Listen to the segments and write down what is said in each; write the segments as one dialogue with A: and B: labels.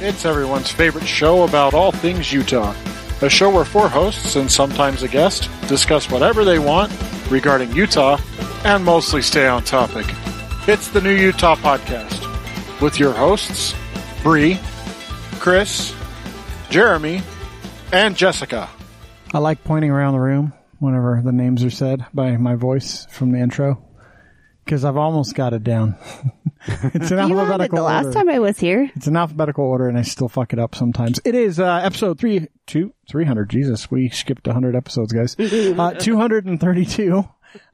A: It's everyone's favorite show about all things Utah. A show where four hosts and sometimes a guest discuss whatever they want regarding Utah and mostly stay on topic. It's the New Utah Podcast with your hosts, Bree, Chris, Jeremy, and Jessica.
B: I like pointing around the room whenever the names are said by my voice from the intro because I've almost got it down. it's an
C: You all did
B: alphabetical
C: the last
B: order.
C: time I was here.
B: It's an alphabetical order, and I still fuck it up sometimes. It is uh, episode three, two, three hundred. Jesus, we skipped hundred episodes, guys. Uh, two hundred and thirty-two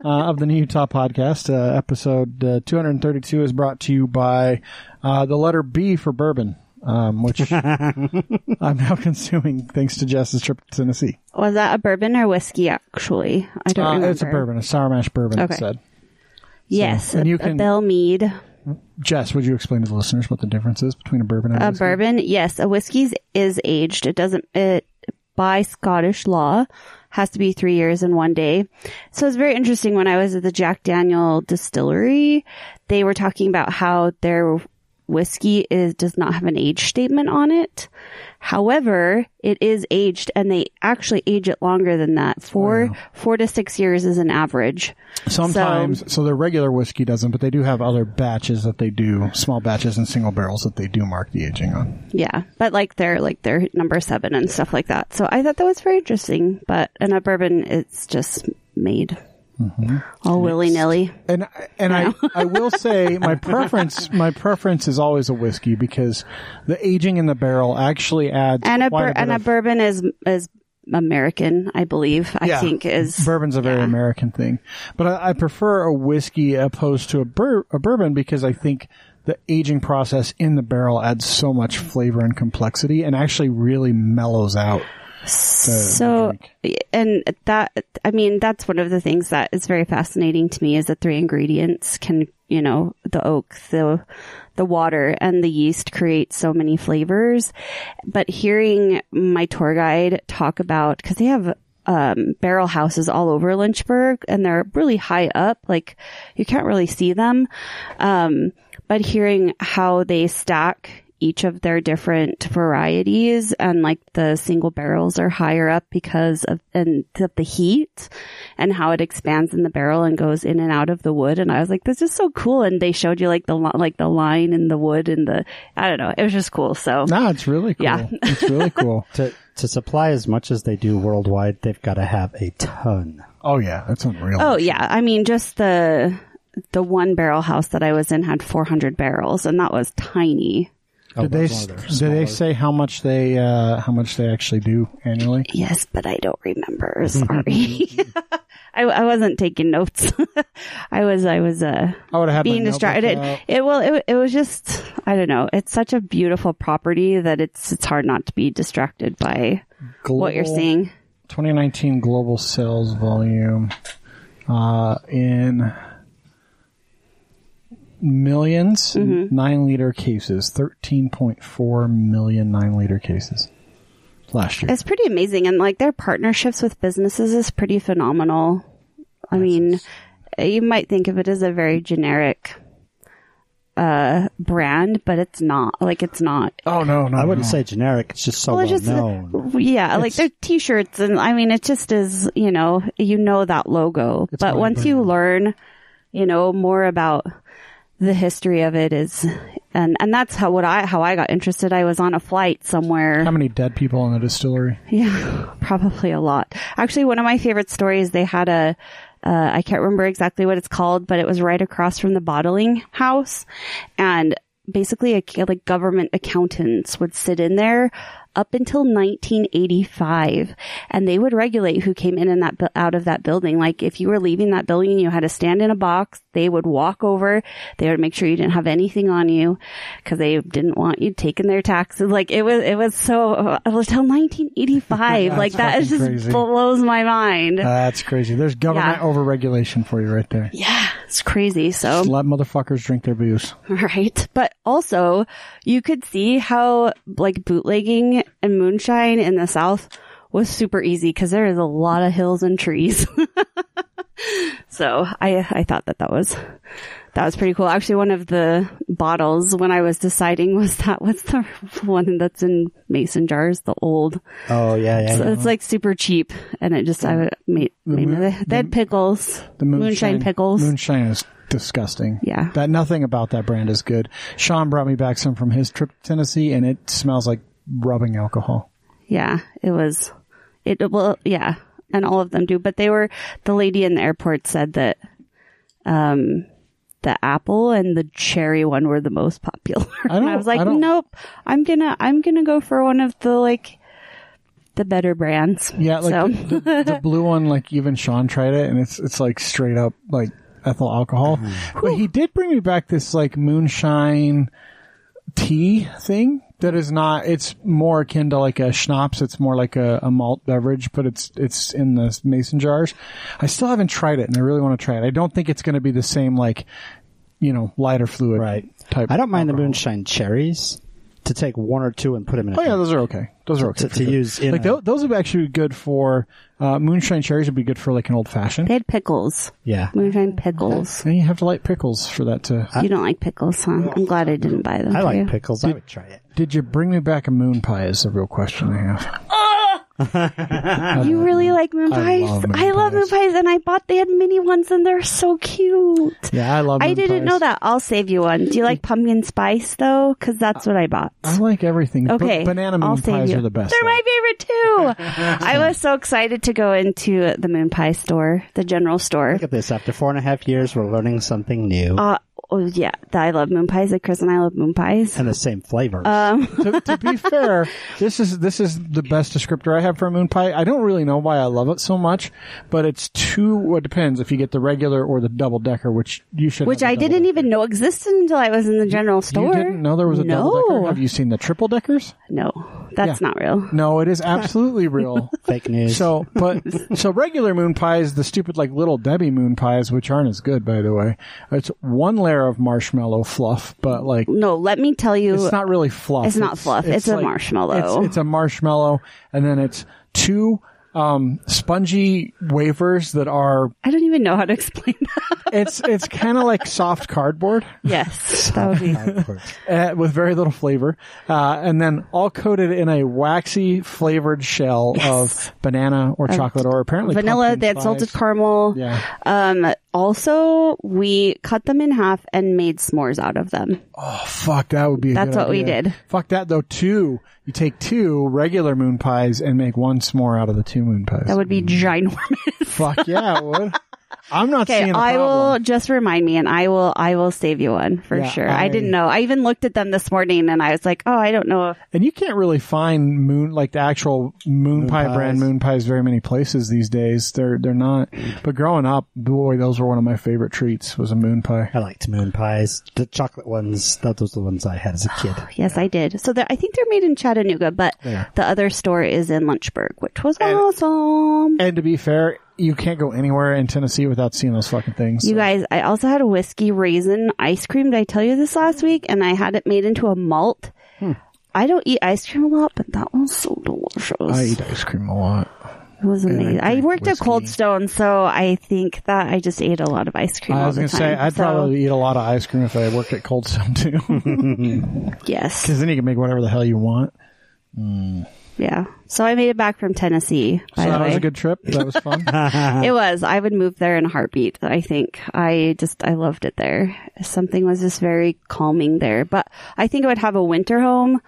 B: uh, of the New Utah podcast. Uh, episode uh, two hundred and thirty-two is brought to you by uh, the letter B for bourbon, um, which I'm now consuming thanks to Jess's trip to Tennessee.
C: Was that a bourbon or whiskey? Actually, I don't
B: Uh,
C: remember.
B: it's a bourbon, a sour mash bourbon. it
C: Okay.
B: Said
C: Yes,
B: and
C: a,
B: you
C: a
B: can-
C: Bell Mead.
B: Jess, would you explain to the listeners what the difference is between a bourbon and
C: A
B: whiskey?
C: bourbon, yes, a whiskey is aged. It doesn't. It by Scottish law has to be three years and one day. So it's very interesting. When I was at the Jack Daniel Distillery, they were talking about how their whiskey is does not have an age statement on it. However, it is aged, and they actually age it longer than that. Four four to six years is an average.
B: Sometimes, so, their regular whiskey doesn't, but they do have other batches that they do, small batches and single barrels that they do mark the aging on.
C: Yeah, but like they're like they're number seven and stuff like that. So I thought that was very interesting. But in a bourbon, it's just made
B: Mm-hmm.
C: all willy nilly.
B: And and I, I will say my preference my preference is always a whiskey because the aging in the barrel actually adds
C: And a
B: quite
C: bur-
B: a bit
C: and a
B: of-
C: bourbon is is American, I believe. I
B: Yeah.
C: think is
B: Bourbon's a very American thing, but I, I prefer a whiskey opposed to a, bur- a bourbon because I think the aging process in the barrel adds so much flavor and complexity, and actually really mellows out.
C: so. And that I mean, that's one of the things that is very fascinating to me is the three ingredients can you know the oak the the water and the yeast create so many flavors. But hearing my tour guide talk about, because they have um, barrel houses all over Lynchburg and they're really high up, like you can't really see them. Um, but hearing how they stack each of their different varieties and like the single barrels are higher up because of and of the heat and how it expands in the barrel and goes in and out of the wood and I was like this is so cool and they showed you like the li- like the line and the wood and the I don't know it was just cool so
B: Nah, it's really cool.
C: Yeah.
B: it's really cool.
D: to to supply as much as they do worldwide, they've got to have a ton.
B: Oh yeah, that's unreal.
C: Oh yeah, I mean just the the one barrel house that I was in had 400 barrels and that was tiny.
D: Oh,
B: Did they
D: that's one of their
B: did they
D: smaller-
B: say how much they uh, how much they actually do annually?
C: Yes, but I don't remember. Sorry. I, I wasn't taking notes. I was I was uh
B: I would have had my
C: being
B: notebook
C: distracted.
B: out.
C: It, it well it, it was just I don't know. It's such a beautiful property that it's it's hard not to be distracted by what you're
B: Global
C: seeing.
B: 2019 global sales volume uh, in millions
C: Mm-hmm.
B: nine liter cases 13.4 million nine liter cases last year
C: It's pretty amazing, and like their partnerships with businesses is pretty phenomenal. I mean, you might think of it as a very generic uh brand, but it's not. Like it's not.
B: oh no no
D: I wouldn't say generic. It's just so well,
C: it's just uh,
D: known.
C: yeah, like their t-shirts, and I mean, it just is. You know, you know that logo, but once you learn, you know more about the history of it is, and and that's how what I how I got interested. I was on a flight somewhere.
B: how many dead people in the distillery
C: Yeah, probably a lot. Actually, one of my favorite stories, they had a, uh, I can't remember exactly what it's called, but it was right across from the bottling house. And basically, a, like government accountants would sit in there up until 1985 and they would regulate who came in and that bu- out of that building. Like if you were leaving that building, you had to stand in a box. They would walk over. They would make sure you didn't have anything on you because they didn't want you taking their taxes. Like it was, it was so until 1985. like that is
B: fucking
C: just
B: crazy. Uh,
C: blows my mind.
B: that's crazy there's government
C: Yeah.
B: overregulation for you right there
C: yeah, it's crazy. So
B: let motherfuckers drink their booze
C: Right. But also, you could see how like bootlegging and moonshine in the South was super easy because there is a lot of hills and trees. so I I thought that that was that was pretty cool. Actually, one of the bottles when I was deciding was that was the one that's in mason jars, the old.
D: Oh yeah, yeah.
C: So
D: yeah.
C: it's like super cheap, and it just I would made, made
B: Uh-huh. moon-
C: they, they had pickles,
B: The moonshine,
C: pickles.
B: Moonshine is disgusting.
C: Yeah.
B: That nothing about that brand is good. Sean brought me back some from his trip to Tennessee and it smells like rubbing alcohol.
C: Yeah, it was. It well, yeah, and all of them do. But they were the lady in the airport said that um, the apple and the cherry one were the most popular.
B: I
C: and
B: don't-
C: I was like,
B: I don't-
C: nope, I'm gonna I'm gonna go for one of the like the better brands.
B: Yeah, like
C: so,
B: the, the, the blue one, like even Sean tried it and it's it's like straight up like ethyl alcohol.
D: Mm-hmm.
B: But he did bring me back this like moonshine tea thing that is not it's more akin to like a schnapps, it's more like a, a malt beverage, but it's it's in the mason jars. I still haven't tried it and I really want to try it. I don't think it's gonna be the same like you know, lighter fluid
D: Right.
B: type.
D: I don't mind the
B: alcohol.
D: moonshine cherries to take one or two and put them in. A
B: Oh yeah,
D: drink.
B: those are okay. Those are okay
D: To-
B: for
D: to
B: good.
D: use in
B: like
D: a-
B: tho- those would actually be good for uh, moonshine cherries. Would be good for like an old
C: they
B: fashioned.
C: had pickles,
D: yeah.
C: moonshine pickles.
B: And you have to like pickles for that to.
C: You don't like pickles, huh? I'm glad I didn't buy them.
D: I
C: for you.
D: like pickles. I would try it.
B: Did you bring me back a moon pie? Is the real question I have.
C: You really like moon pies?
B: love moon
C: I love moon pies, and I bought they had mini ones, and they're so cute.
B: Yeah, I love.
C: I
B: moon
C: didn't
B: pies.
C: know that. I'll save you one. Do you like pumpkin spice though? Because that's what I bought.
B: I like everything. but
C: Okay,
B: banana
C: I'll
B: moon
C: save
B: pies
C: you.
B: are the best.
C: They're
B: though.
C: my favorite too. I was so excited to go into the moon pie store, the general store.
D: Look at this. After four and a half years, we're learning something new
C: Uh, oh yeah, I love moon pies. Like Chris and I love moon pies.
D: and the same flavors.
B: to, to be fair, this is this is the best descriptor I have for a moon pie. I don't really know why I love it so much, but it's two. Well, it depends if you get the regular or the double decker, which you should.
C: Which
B: have
C: I
B: the double
C: didn't even know existed until I was in the general store.
B: You didn't know there was a double decker?
C: no,
B: Have you seen the triple deckers?
C: no, that's not real.
B: No, it is absolutely real.
D: Fake news.
B: So, but so regular moon pies, the stupid like little Debbie moon pies, which aren't as good, by the way. It's one layer of marshmallow fluff, but like
C: No, let me tell you.
B: it's not really fluff.
C: It's not fluff. It's a marshmallow.
B: It's, it's a marshmallow, and then it's two um spongy wafers that are.
C: I don't even know how to explain that.
B: It's it's kind of like soft cardboard.
C: Yes, that would be
B: uh, with very little flavor, uh, and then all coated in a waxy flavored shell of banana or chocolate or apparently
C: vanilla.
B: pumpkin
C: They had
B: spice.
C: salted caramel.
B: Yeah.
C: Um, also, we cut them in half and made s'mores out of them.
B: Oh, fuck, that would be. A
C: That's
B: good
C: what we
B: idea.
C: did.
B: Fuck that though. Two, you take two regular moon pies and make one s'more out of the two moon pies.
C: That would be ginormous.
B: fuck yeah, it would. I'm not
C: Okay,
B: seeing. a
C: I will
B: problem.
C: just remind me, and I will, I will save you one for
B: Yeah,
C: sure. I,
B: I-
C: didn't know. I even looked at them this morning, and I was like, oh, I don't know. If,
B: And you can't really find moon like the actual moon, pie
D: pies.
B: brand moon pies very many places these days. They're they're not. But growing up, boy, those were one of my favorite treats. Was a moon pie.
D: I liked moon pies. The chocolate ones, those were the ones I had as a kid.
C: yes, I did. So they're- I think they're made in Chattanooga, but the other store is in Lynchburg, which was awesome.
B: And to be fair, you can't go anywhere in Tennessee without seeing those fucking things.
C: You guys, I also had a whiskey raisin ice cream. Did I tell you this last week? And I had it made into a malt.
B: Hmm.
C: I don't eat ice cream a lot, but that was so delicious.
B: I eat ice cream a lot.
C: it was amazing. I,
B: drink
C: worked at Cold
B: whiskey.
C: Stone, so I think that I just ate a lot of ice cream.
B: I
C: all
B: was
C: the
B: gonna say
C: time.
B: I'd
C: So,
B: probably eat a lot of ice cream if I worked at Cold Stone too, because
C: yes,
B: then you can make whatever the hell you want.
C: yeah. So I made it back from Tennessee. By
B: So
C: the
B: that
C: way, Ah,
B: was a good trip. That was fun.
C: it was. I would move there in a heartbeat. I think I just I loved it there. Something was just very calming there. But I think I would have a winter home.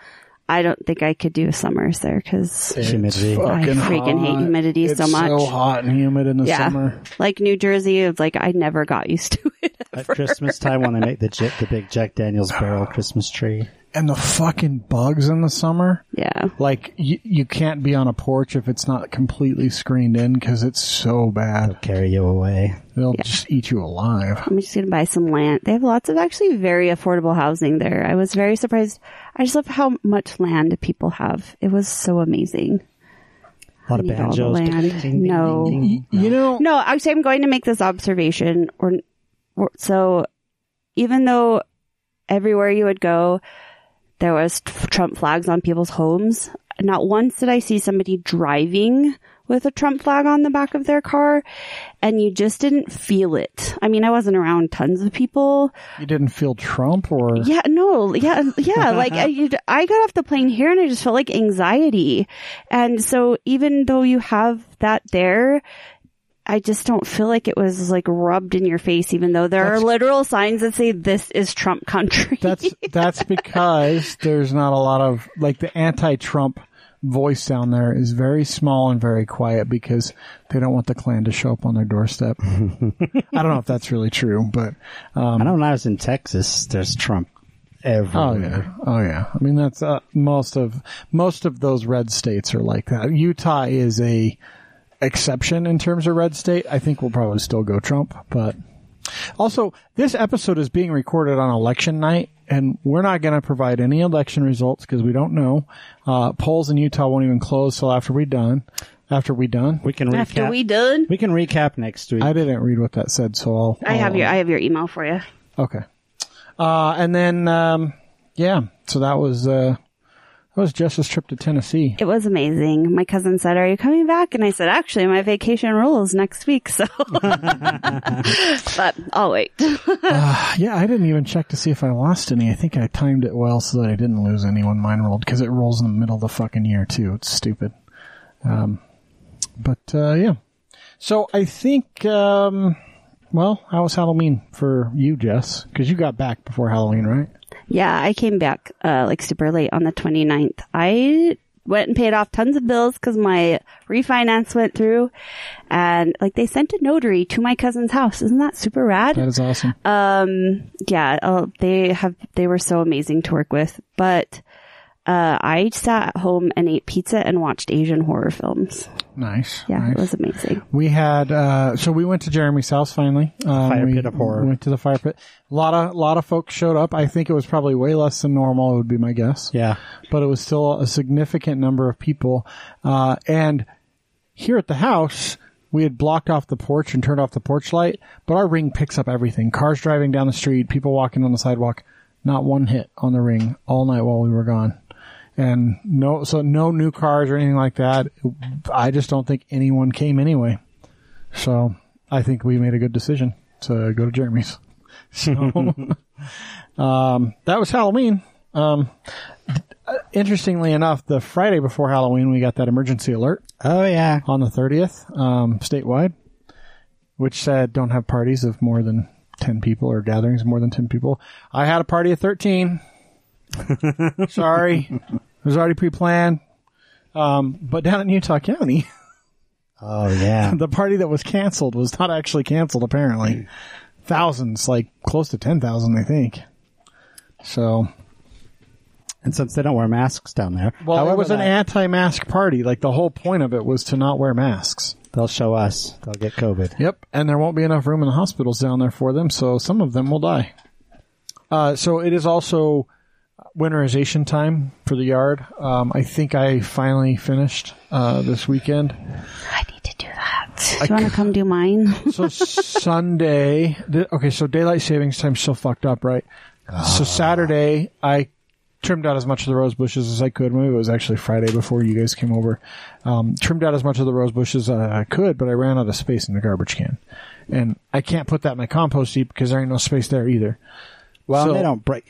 C: I don't think I could do summers there because
D: Humidity.
C: I freaking hate humidity
B: It's
C: so much.
B: So hot and humid in the
C: yeah,
B: summer.
C: like New Jersey, it's like I never got used to it.
D: At Christmas time when I make the, J- the big Jack Daniels barrel Christmas tree.
B: And the fucking bugs in the summer.
C: Yeah,
B: Like you, you can't be on a porch if it's not completely screened in because it's so bad.
D: Carry you away.
B: They'll just eat you alive.
C: I'm just gonna buy some land. They have lots of actually very affordable housing there. I was very surprised. I just love how much land people have. It was so amazing.
D: A lot of
C: Need all the
D: banjos.
C: land. No.
B: Y- You know,
C: Mm-hmm. No, actually, I'm going to make this observation. Or, or so, even though everywhere you would go, there was Trump flags on people's homes. Not once did I see somebody driving with a Trump flag on the back of their car and you just didn't feel it. I mean, I wasn't around tons of people.
B: You didn't feel Trump or
C: Yeah, no, yeah, yeah. like I, you, I got off the plane here and I just felt like anxiety. And so even though you have that there, I just don't feel like it was like rubbed in your face, even though there
B: That's-
C: are literal signs that say this is Trump country.
B: that's that's because there's not a lot of like the anti-Trump voice down there is very small and very quiet because they don't want the Klan to show up on their doorstep. I don't know if that's really true, but
D: Um, I know when I was in Texas, there's Trump
B: oh
D: everywhere.
B: yeah, oh yeah. I mean that's uh, most of most of those red states are like that. Utah is a exception in terms of red state. I think we'll probably still go Trump, but also this episode is being recorded on election night, and we're not going to provide any election results because we don't know. Uh, polls in Utah won't even close till after we done. After we done,
D: We can recap.
C: After we done,
D: we can recap next week.
B: I didn't read what that said, so I'll.
C: I have
B: I'll-
C: your I have your email for you.
B: Okay. Uh, and then, um, yeah, so that was, uh, that was Jess's trip to Tennessee.
C: It was amazing. My cousin said, "Are you coming back?" And I said, "Actually, my vacation rolls next week, so." but I'll wait.
B: Yeah, I didn't even check to see if I lost any. I think I timed it well so that I didn't lose any when mine rolled because it rolls in the middle of the fucking year too. It's stupid. Um, but, uh, yeah. So I think, um, well, how was Halloween for you, Jess? Because you got back before Halloween, right?
C: Yeah, I came back uh, like super late on the 29th. I went and paid off tons of bills because my refinance went through, and like they sent a notary to my cousin's house. Isn't that super rad?
B: That is awesome.
C: um yeah uh, they have they were so amazing to work with but uh i sat at home and ate pizza and watched asian horror films
B: nice.
C: yeah
B: nice.
C: it was amazing
B: We had uh, so we went to Jeremy's house finally. Um,
D: Fire
B: we
D: pit of horror.
B: Went to the fire pit. A lot of lot of folks showed up. I think it was probably way less than normal. Would be my guess.
D: yeah.
B: but it was still a significant number of people. Uh, and here at the house, we had blocked off the porch and turned off the porch light, but our ring picks up everything. Cars driving down the street, people walking on the sidewalk, not one hit on the ring all night while we were gone. And no, so no new cars or anything like that. I just don't think anyone came anyway. So I think we made a good decision to go to Jeremy's. So, um, that was Halloween. Um, interestingly enough, the Friday before Halloween, we got that emergency alert
D: Oh yeah.
B: on the 30th um, statewide, which said don't have parties of more than 10 people or gatherings of more than 10 people. I had a party of 13. Sorry. It was already pre planned. Um, but down in Utah County,
D: Oh yeah.
B: the party that was canceled was not actually canceled, apparently. Thousands, like close to 10,000, I think. So
D: and since they don't wear masks down there,
B: Well,
D: however
B: it was an
D: that-
B: anti-mask party. Like the whole point of it was to not wear masks.
D: they'll show us. They'll get COVID.
B: Yep. And there won't be enough room in the hospitals down there for them, so some of them will die. Uh, so it is also winterization time for the yard. Um, I think I finally finished uh, this weekend.
C: i need to do that do you want to come do mine
B: So Sunday, th- okay. So daylight savings time's still fucked up, right? So Saturday, I trimmed out as much of the rose bushes as I could. Maybe it was actually Friday before you guys came over. Um, trimmed out as much of the rose bushes as I could, but I ran out of space in the garbage can, and I can't put that in my compost heap because there ain't no space there either.
D: Well,
B: So-
D: they don't break.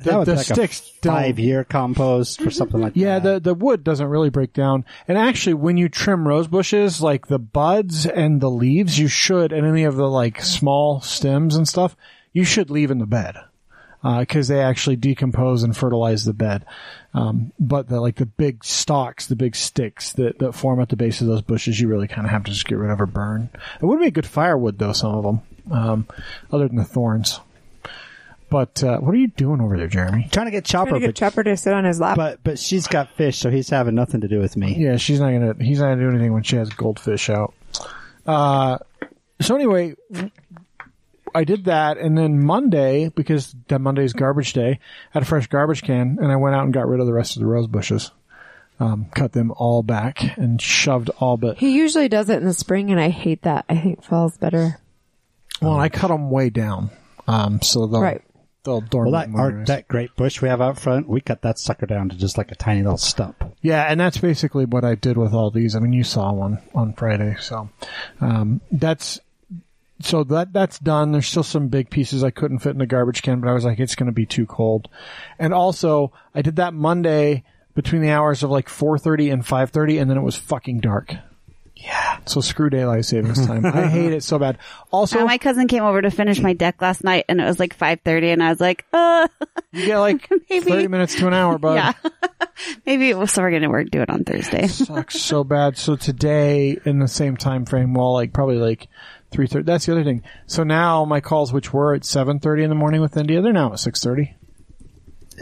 D: That
B: The-
D: would
B: the
D: be like
B: sticks
D: a
B: don't-
D: five-year compost or something like
B: Yeah,
D: that.
B: the the wood doesn't really break down. And actually, when you trim rose bushes, like the buds and the leaves, you should, and any of the like small stems and stuff, you should leave in the bed because they actually decompose and fertilize the bed. Um, but the like the big stalks, the big sticks that that form at the base of those bushes, you really kind of have to just get rid of or burn. It would be good firewood though, some of them, um, other than the thorns. But uh, what are you doing over there, Jeremy?
D: trying to get Chopper,
E: Trying to
D: but,
E: get Chopper to sit on his lap.
D: but but she's got fish, so he's having nothing to do with me.
B: Yeah, she's not gonna. He's not gonna do anything when she has goldfish out. Uh, so anyway, I did that, and then Monday because that Monday's garbage day, I had a fresh garbage can, and I went out and got rid of the rest of the rose bushes, um, cut them all back, and shoved all but.
E: he usually does it in the spring, and I hate that. I think fall's better.
B: Well, I cut them way down, um, so they'll
E: Right.
B: they'll dormant.
D: Well, that
B: in the
D: our,
B: winter.
D: that great bush we have out front, we cut that sucker down to just like a tiny little stump.
B: Yeah, and that's basically what I did with all these. I mean, you saw one on Friday, so um, that's so that that's done. There's still some big pieces I couldn't fit in the garbage can, but I was like, it's going to be too cold. And also, I did that Monday between the hours of like 4:30 and 5:30, and then it was fucking dark. Yeah. So screw daylight savings time. I hate it so bad. Also,
C: Uh, my cousin came over to finish my deck last night, and it was like five thirty, and I was like, "Uh,
B: you get like
C: Maybe.
B: 30 minutes to an hour, bud.
C: yeah, maybe it was, so we're gonna work do it on Thursday."
B: sucks so bad. So today, in the same time frame, well, like probably like three thirty. That's the other thing. So now my calls, which were at seven thirty in the morning with India, they're now at six thirty.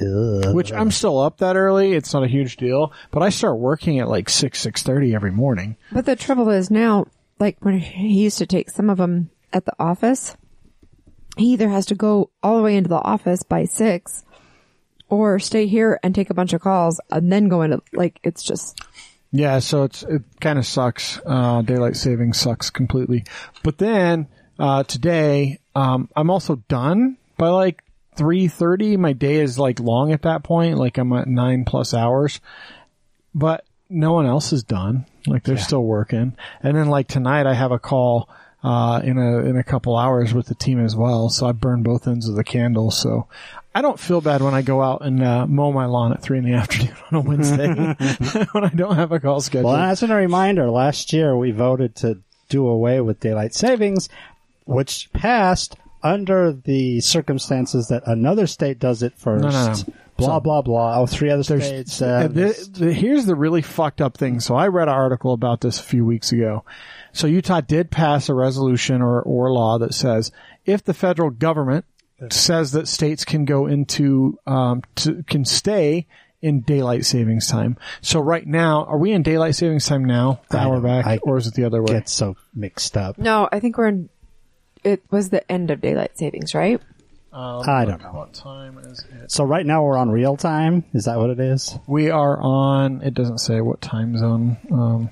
B: Which I'm still up that early. It's not a huge deal, but I start working at like six six thirty every morning.
E: But the trouble is now, like when he used to take some of them at the office, he either has to go all the way into the office by six or stay here and take a bunch of calls and then go into, like, it's just,
B: Yeah, so it's it kind of sucks. Uh, daylight saving sucks completely. But then uh, today, um, I'm also done by like three thirty. My day is like long at that point. Like I'm at nine plus hours, but no one else is done. Like they're still working. And then like tonight, I have a call uh, in a in a couple hours with the team as well. So I burn both ends of the candle. So. I don't feel bad when I go out and uh, mow my lawn at three in the afternoon on a Wednesday when I don't have a call scheduled.
D: Well, as a reminder, last year we voted to do away with daylight savings, which passed under the circumstances that another state does it first.
B: no, no.
D: Blah
B: So-
D: blah blah. Oh, three other
B: There's-
D: states. Uh,
B: And thi- the- here's the really fucked up thing. So I read an article about this a few weeks ago. So Utah did pass a resolution or, or law that says if the federal government says that states can go into, um, to, can stay in daylight savings time. So right now, are we in daylight savings time now? The
D: I
B: hour
D: don't-
B: back,
D: I
B: or is it the other way?
D: get so mixed up.
E: no, I think we're in, it was the end of daylight savings, right?
D: I don't know.
B: Um, what time is it?
D: So right now we're on real time. Is that what it is?
B: We are on. It doesn't say what time zone. Um,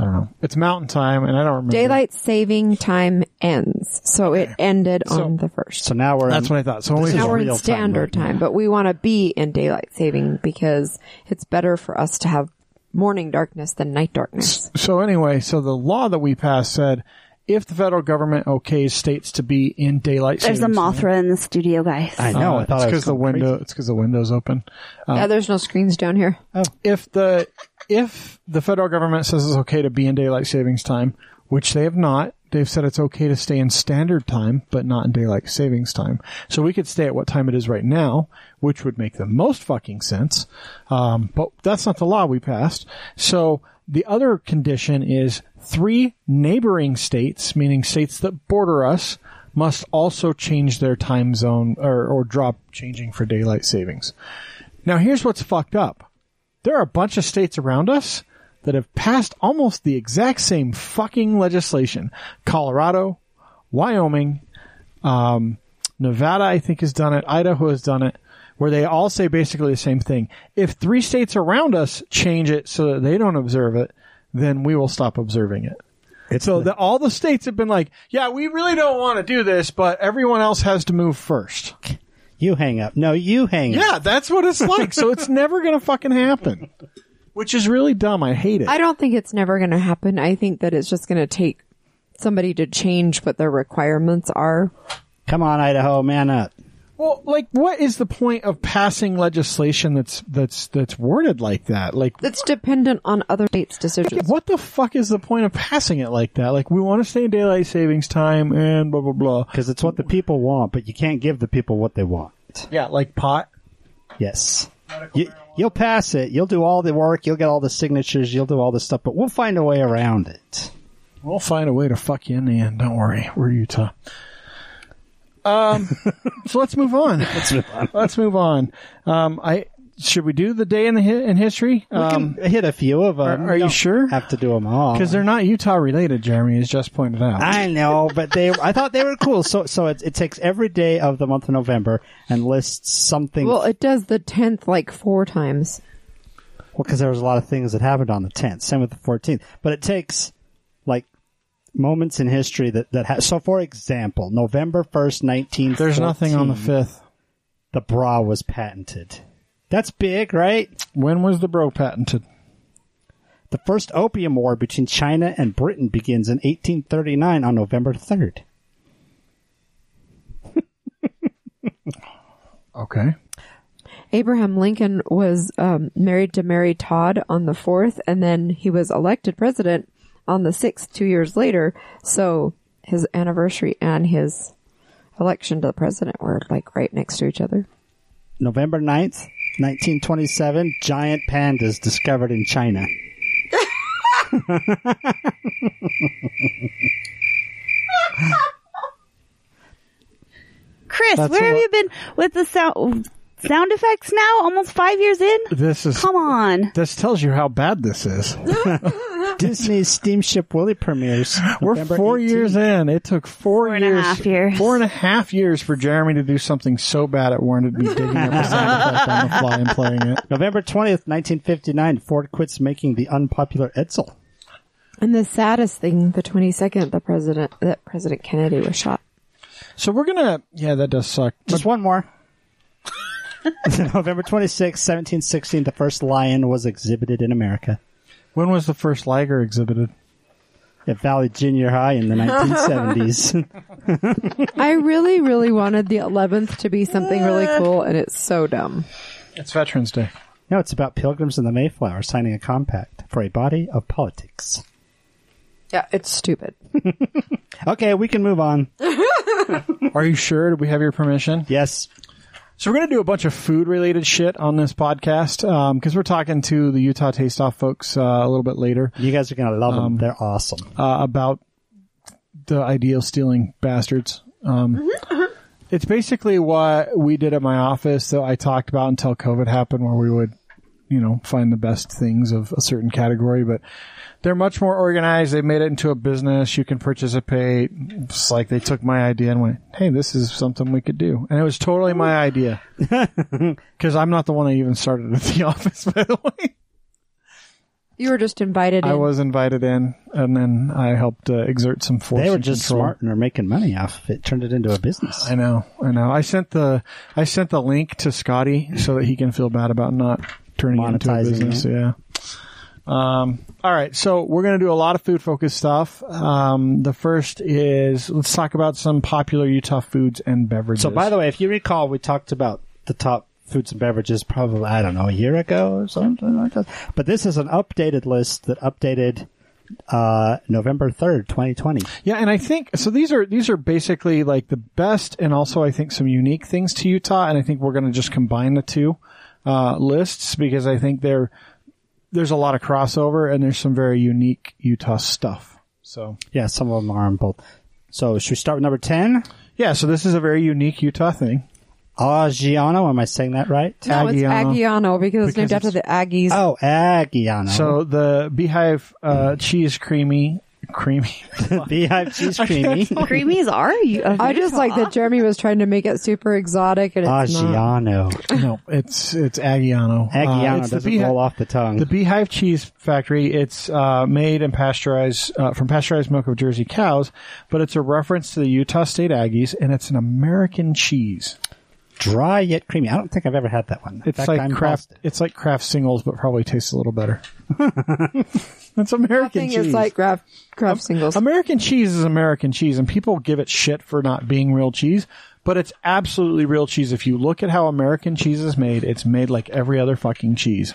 B: I don't know. It's Mountain Time, and I don't remember.
E: Daylight saving time ends. So it ended
B: So-
E: on the first.
D: So now we're.
B: That's
D: in,
B: what I thought. So when we
D: This is
E: Now we're in
D: real time
E: standard
D: right
E: time, but we want to be in daylight saving because it's better for us to have morning darkness than night darkness.
B: So anyway, so the law that we passed said if the federal government okays states to be in daylight
C: There's a
B: savings time-
C: Mothra in the studio, guys.
D: I know.
B: Uh,
D: I thought
B: it's
D: I was
B: because the
D: going crazy.
B: window. It's because the window's open.
E: yeah, there's no screens down here.
B: If the if the federal government says it's okay to be in daylight savings time, which they have not, they've said it's okay to stay in standard time, but not in daylight savings time. So we could stay at what time it is right now, which would make the most fucking sense. Um, but that's not the law we passed. So the other condition is three neighboring states, meaning states that border us, must also change their time zone or, or drop changing for daylight savings. Now here's what's fucked up. There are a bunch of states around us that have passed almost the exact same fucking legislation. Colorado, Wyoming, um, Nevada, I think has done it. Idaho has done it, where they all say basically the same thing. If three states around us change it so that they don't observe it, then we will stop observing it. so the, all the states have been like, yeah, we really don't want to do this, but everyone else has to move first.
D: You hang up. No, you hang up.
B: Yeah, that's what it's like. so it's never going to fucking happen, which is really dumb. I hate it.
E: I don't think it's never going to happen. I think that it's just going to take somebody to change what their requirements are.
D: Come on, Idaho, man up.
B: well, like, what is the point of passing legislation that's that's that's worded like that? Like,
E: That's dependent on other states' decisions.
B: what the fuck is the point of passing it like that? Like, we want to stay in daylight savings time and blah blah blah.
D: Because it's what the people want, but you can't give the people what they want.
B: Yeah, like pot.
D: Yes. You, you'll pass it. You'll do all the work. You'll get all the signatures. You'll do all the stuff, but we'll find a way around it.
B: We'll find a way to fuck you in the end. Don't worry, we're Utah. Um, so let's move on. Let's move on. Let's move on. Um, I should we do the day in the hi- in history? Um,
D: I hit a few of them.
B: are- are you
D: Don't
B: sure?
D: Have to do them all.
B: Because they're not Utah related, Jeremy has just pointed out.
D: I know, but they. I thought they were cool. So, so it, it takes every day of the month of November and lists something.
E: Well,
D: Well,
E: it does the 10th like four times.
D: because there was a lot of things that happened on the tenth. Same with the fourteenth. But it takes like moments in history that that. Ha- so, for example, November first, nineteen.
B: There's nothing on the fifth.
D: The bra was patented. That's big, right?
B: When was the bro patented?
D: The first opium war between China and Britain begins in 1839 on November 3rd.
B: Okay.
E: Abraham Lincoln was um, married to Mary Todd on the 4th, and then he was elected president on the 6th, two years later. So his anniversary and his election to the president were like right next to each other.
D: November 9th, 1927, giant pandas discovered in China.
C: Chris,
D: That's
C: where
D: a
C: have
D: lot.
C: you been with the sound sound effects now? Almost five years in.
B: This is
C: Come on.
B: this tells you how bad this is.
D: Disney's Steamship Willie premieres.
B: We're
D: November
B: four
D: 18th.
B: years in. It took four,
C: Four and a
B: years,
C: half years.
B: four and a half years for Jeremy to do something so bad it warranted me digging up a sound effect on the fly and playing it.
D: November 20th, 1959, Ford quits making the unpopular Edsel.
E: And the saddest thing, the 22nd, the president, that President Kennedy was shot.
B: So we're gonna, yeah, that does suck.
D: Just one more. November 26, 1716, the first lion was exhibited in America
B: When was the first Liger exhibited?
D: at Valley Junior High in the 1970s.
E: I really, really wanted the 11th to be something really cool, and it's so dumb.
B: It's Veterans Day.
D: no, it's about pilgrims and the Mayflower signing a compact for a body of politics.
E: Yeah, it's stupid.
D: Okay, we can move on.
B: Are you sure? Do we have your permission?
D: Yes.
B: So we're going to do a bunch of food related shit on this podcast because we're talking to the Utah Taste Off folks uh, a little bit later
D: You guys are going to love them. They're awesome.
B: uh, about the ideal stealing bastards. Um,
D: Mm-hmm,
B: it's basically what we did at my office that I talked about until COVID happened, where we would, you know, find the best things of a certain category. But they're much more organized. They made it into a business. You can participate. It's like they took my idea and went, "Hey, this is something we could do," and it was totally my idea
D: Mm-hmm.
B: because I'm not the one that even started at the office, by the way.
E: You were just invited in.
B: I was invited in, and then I helped uh, exert some force.
D: They were
B: and
D: just
B: control.
D: smart and are making money off of it. Turned it into a business.
B: I know, I know. I sent the I sent the link to Scotty so that he can feel bad about not turning it into a
D: Monetizing
B: business. Yeah. Um, all right, so we're going to do a lot of food focused stuff. Um, the first is let's talk about some popular Utah foods and beverages.
D: So, by the way, if you recall, we talked about the top foods and beverages probably, I don't know, a year ago or something like that. But this is an updated list that updated uh, November 3rd, 2020.
B: yeah, and I think so. These are these are basically like the best, and also I think some unique things to Utah. And I think we're going to just combine the two uh, lists because I think they're there's a lot of crossover and there's some very unique Utah stuff. So
D: Yeah, some of them are on both. So, should we start with number 10?
B: Yeah, so this is a very unique Utah thing.
D: Aggiano, am I saying that right?
E: no, it's
B: Aggiano.
E: Aggiano because it's
B: Because
E: named after the Aggies.
D: Oh, Aggiano.
B: So the Beehive uh, cheese creamy, creamy.
D: Beehive cheese creamy.
C: Creamies are you? of
E: I just
C: Utah?
E: like that Jeremy was trying to make it super exotic, and
B: Ah,
E: it's not.
D: Aggiano.
B: no, it's it's Aggiano. Uh,
D: Aggiano
B: it's the
D: doesn't
B: Beehi-
D: roll off the tongue.
B: The Beehive Cheese Factory. It's uh, made and pasteurized uh, from pasteurized milk of Jersey cows, but it's a reference to the Utah State Aggies, and it's an American cheese.
D: Dry yet creamy. I don't think I've ever had that one. In
B: It's
D: fact,
B: like
D: I'm
B: craft.
D: lost.
B: It's like craft singles, but probably tastes a little better. It's American
E: Thing
B: cheese.
E: is like craft, craft singles.
B: American cheese is American cheese, and people give it shit for not being real cheese, but it's absolutely real cheese. If you look at how American cheese is made, it's made like every other fucking cheese.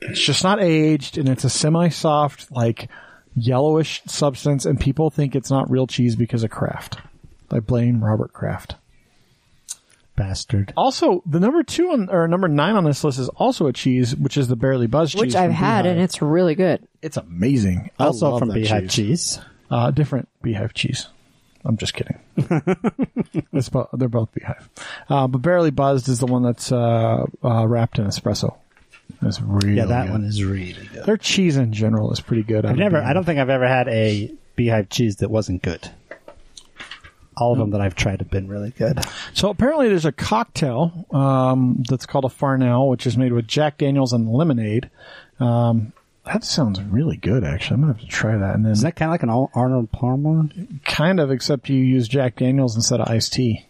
B: It's just not aged, and it's a semi-soft, like yellowish substance, and people think it's not real cheese because of Kraft. I blame Robert Kraft.
D: Bastard.
B: Also, the number two on or number nine on this list is also a cheese, which is the barely buzzed cheese,
E: which I've
B: from
E: had,
B: Beehive.
E: and it's really good.
B: it's amazing. I
D: Also
B: love
D: from
B: that
D: Beehive
B: cheese.
D: cheese.
B: Uh, different beehive cheese. I'm just kidding. it's bo- they're both beehive. Uh, but Barely Buzzed is the one that's uh, uh, wrapped in espresso. That's really
D: Yeah, that
B: good.
D: one is really good.
B: Their cheese in general is pretty good.
D: I've never. I don't think I've ever had a beehive cheese that wasn't good. All of them that I've tried have been really good.
B: So apparently, there's a cocktail um, that's called a Farnell, which is made with Jack Daniels and lemonade. Um, that sounds really good, actually. I'm gonna have to try that. And then
D: Isn't that kind of like an Al- Arnold Palmer?
B: kind of, except you use Jack Daniels instead of iced tea.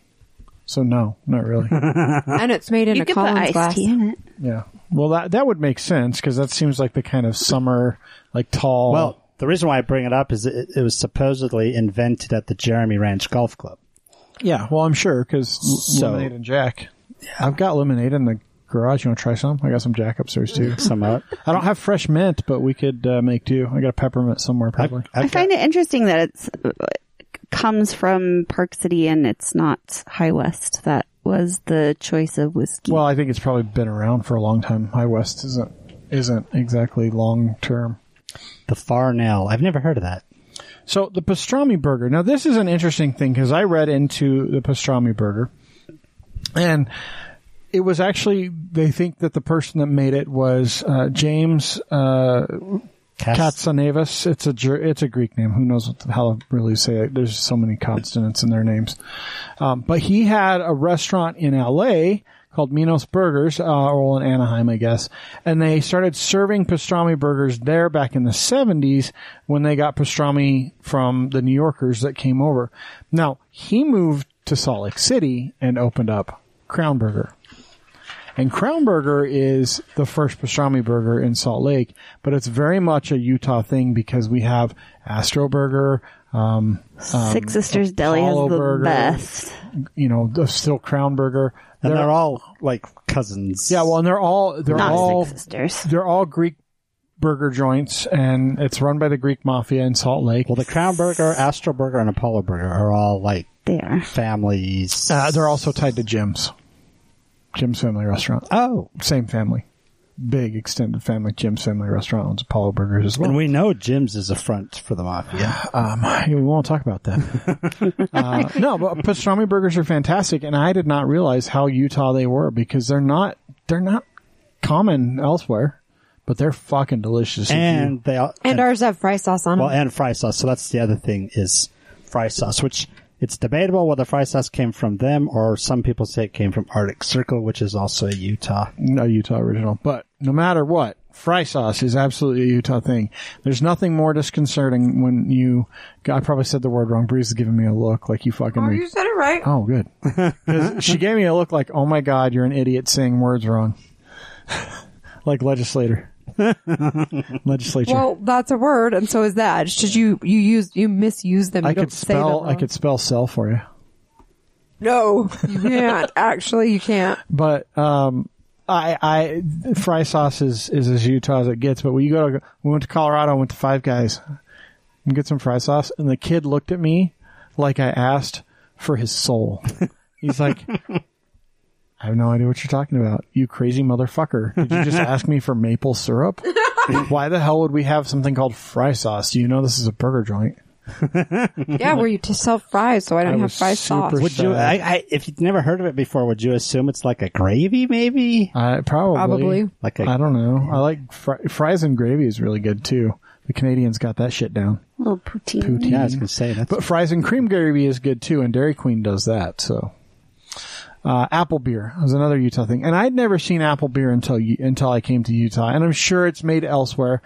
B: So no, not really.
E: and it's made in
C: You
E: a
C: could put
E: Collins
C: iced
E: glass.
C: tea in it.
B: Yeah. Well, that that would make sense because that seems like the kind of summer, like tall.
D: Well, the reason why I bring it up is it, it was supposedly invented at the Jeremy Ranch Golf Club.
B: yeah. Well, I'm sure because
D: So-
B: lemonade and Jack. I've got lemonade in the garage. You want to try some? I got some Jack upstairs too.
D: Somewhat.
B: I don't have fresh mint, but we could uh, make do. I got a peppermint somewhere probably.
D: I've
C: I
D: got-
C: find it interesting that it's comes from Park City and it's not High West. That was the choice of whiskey.
B: well, I think it's probably been around for a long time. High West isn't isn't exactly long term.
D: The Farnell. I've never heard of that.
B: So the pastrami burger. Now this is an interesting thing because I read into the pastrami burger, and it was actually they think that the person that made it was uh, James uh,
D: Cas-
B: Katsanevis. It's a Ger- it's a Greek name. Who knows what, how to really say it? There's so many consonants in their names. Um, but he had a restaurant in L.A. called Minos Burgers, uh, or in Anaheim, I guess. And they started serving pastrami burgers there back in the 70s when they got pastrami from the New Yorkers that came over. Now he moved to Salt Lake City and opened up Crown Burger. And Crown Burger is the first pastrami burger in Salt Lake, but it's very much a Utah thing because we have Astro Burger, um,
C: Six Sisters Deli is
B: Apollo
C: the
B: Burger.
C: best.
B: you know, the still Crown Burger.
D: And they're all like cousins.
B: yeah, well, and they're all they're
C: Not
B: all
C: Six Sisters.
B: they're all Greek burger joints, and it's run by the Greek mafia in Salt Lake.
D: Well, the Crown Burger, Astro Burger, and Apollo Burger are all like
C: They are.
D: families.
B: Uh, they're also tied to Jim's, Jim's Family Restaurant,
D: oh,
B: same family, big extended family. Jim's Family Restaurant owns Apollo Burgers as well.
D: and we know Jim's is a front for the mafia.
B: Um, we won't talk about that. uh, no, but pastrami burgers are fantastic, and I did not realize how Utah they were because they're not they're not common elsewhere, but they're fucking delicious. If you-
D: and they all,
E: And ours have fry sauce on
D: well,
E: them.
D: and fry sauce. So that's the other thing is fry sauce, which it's debatable whether fry sauce came from them or some people say it came from Arctic Circle, which is also a Utah.
B: no Utah original, but no matter what, fry sauce is absolutely a Utah thing. There's nothing more disconcerting when you. I probably said the word wrong. Breeze is giving me a look like you fucking. re-
E: said it right.
B: oh, good. 'Cause she gave me a look like, oh my god, you're an idiot saying words wrong, like legislator. Legislature.
E: Well, that's a word, and so is that. It's just you, you use, you misuse them. You
B: I
E: don't
B: could
E: say them
B: spell. I
E: wrong.
B: could spell cell for you,
E: No, you can't. Actually, you can't.
B: but um, I, I fry sauce is, is as Utah as it gets. But we go to we went to Colorado, went to Five Guys, and get some fry sauce, and the kid looked at me like I asked for his soul. He's like. I have no idea what you're talking about. You crazy motherfucker. Did you just ask me for maple syrup? Why the hell would we have something called fry sauce? Do you know this is a burger joint?
E: Yeah, where you to sell fries, so I
B: I
E: don't have
B: was
E: fry
B: super
E: sauce.
B: Would
D: Would you, I, I, if you've never heard of it before, would you assume it's like a gravy, maybe?
B: I probably.
E: Probably.
D: Like a
B: I don't know. I like fr- fries and gravy is really good too. The Canadians got that shit down.
C: Little poutine.
D: Yeah, I was gonna say that's
B: But fries and cream gravy is good too, and Dairy Queen does that. So, uh, apple beer is another Utah thing, and I'd never seen apple beer until you, until I came to Utah, and I'm sure it's made elsewhere.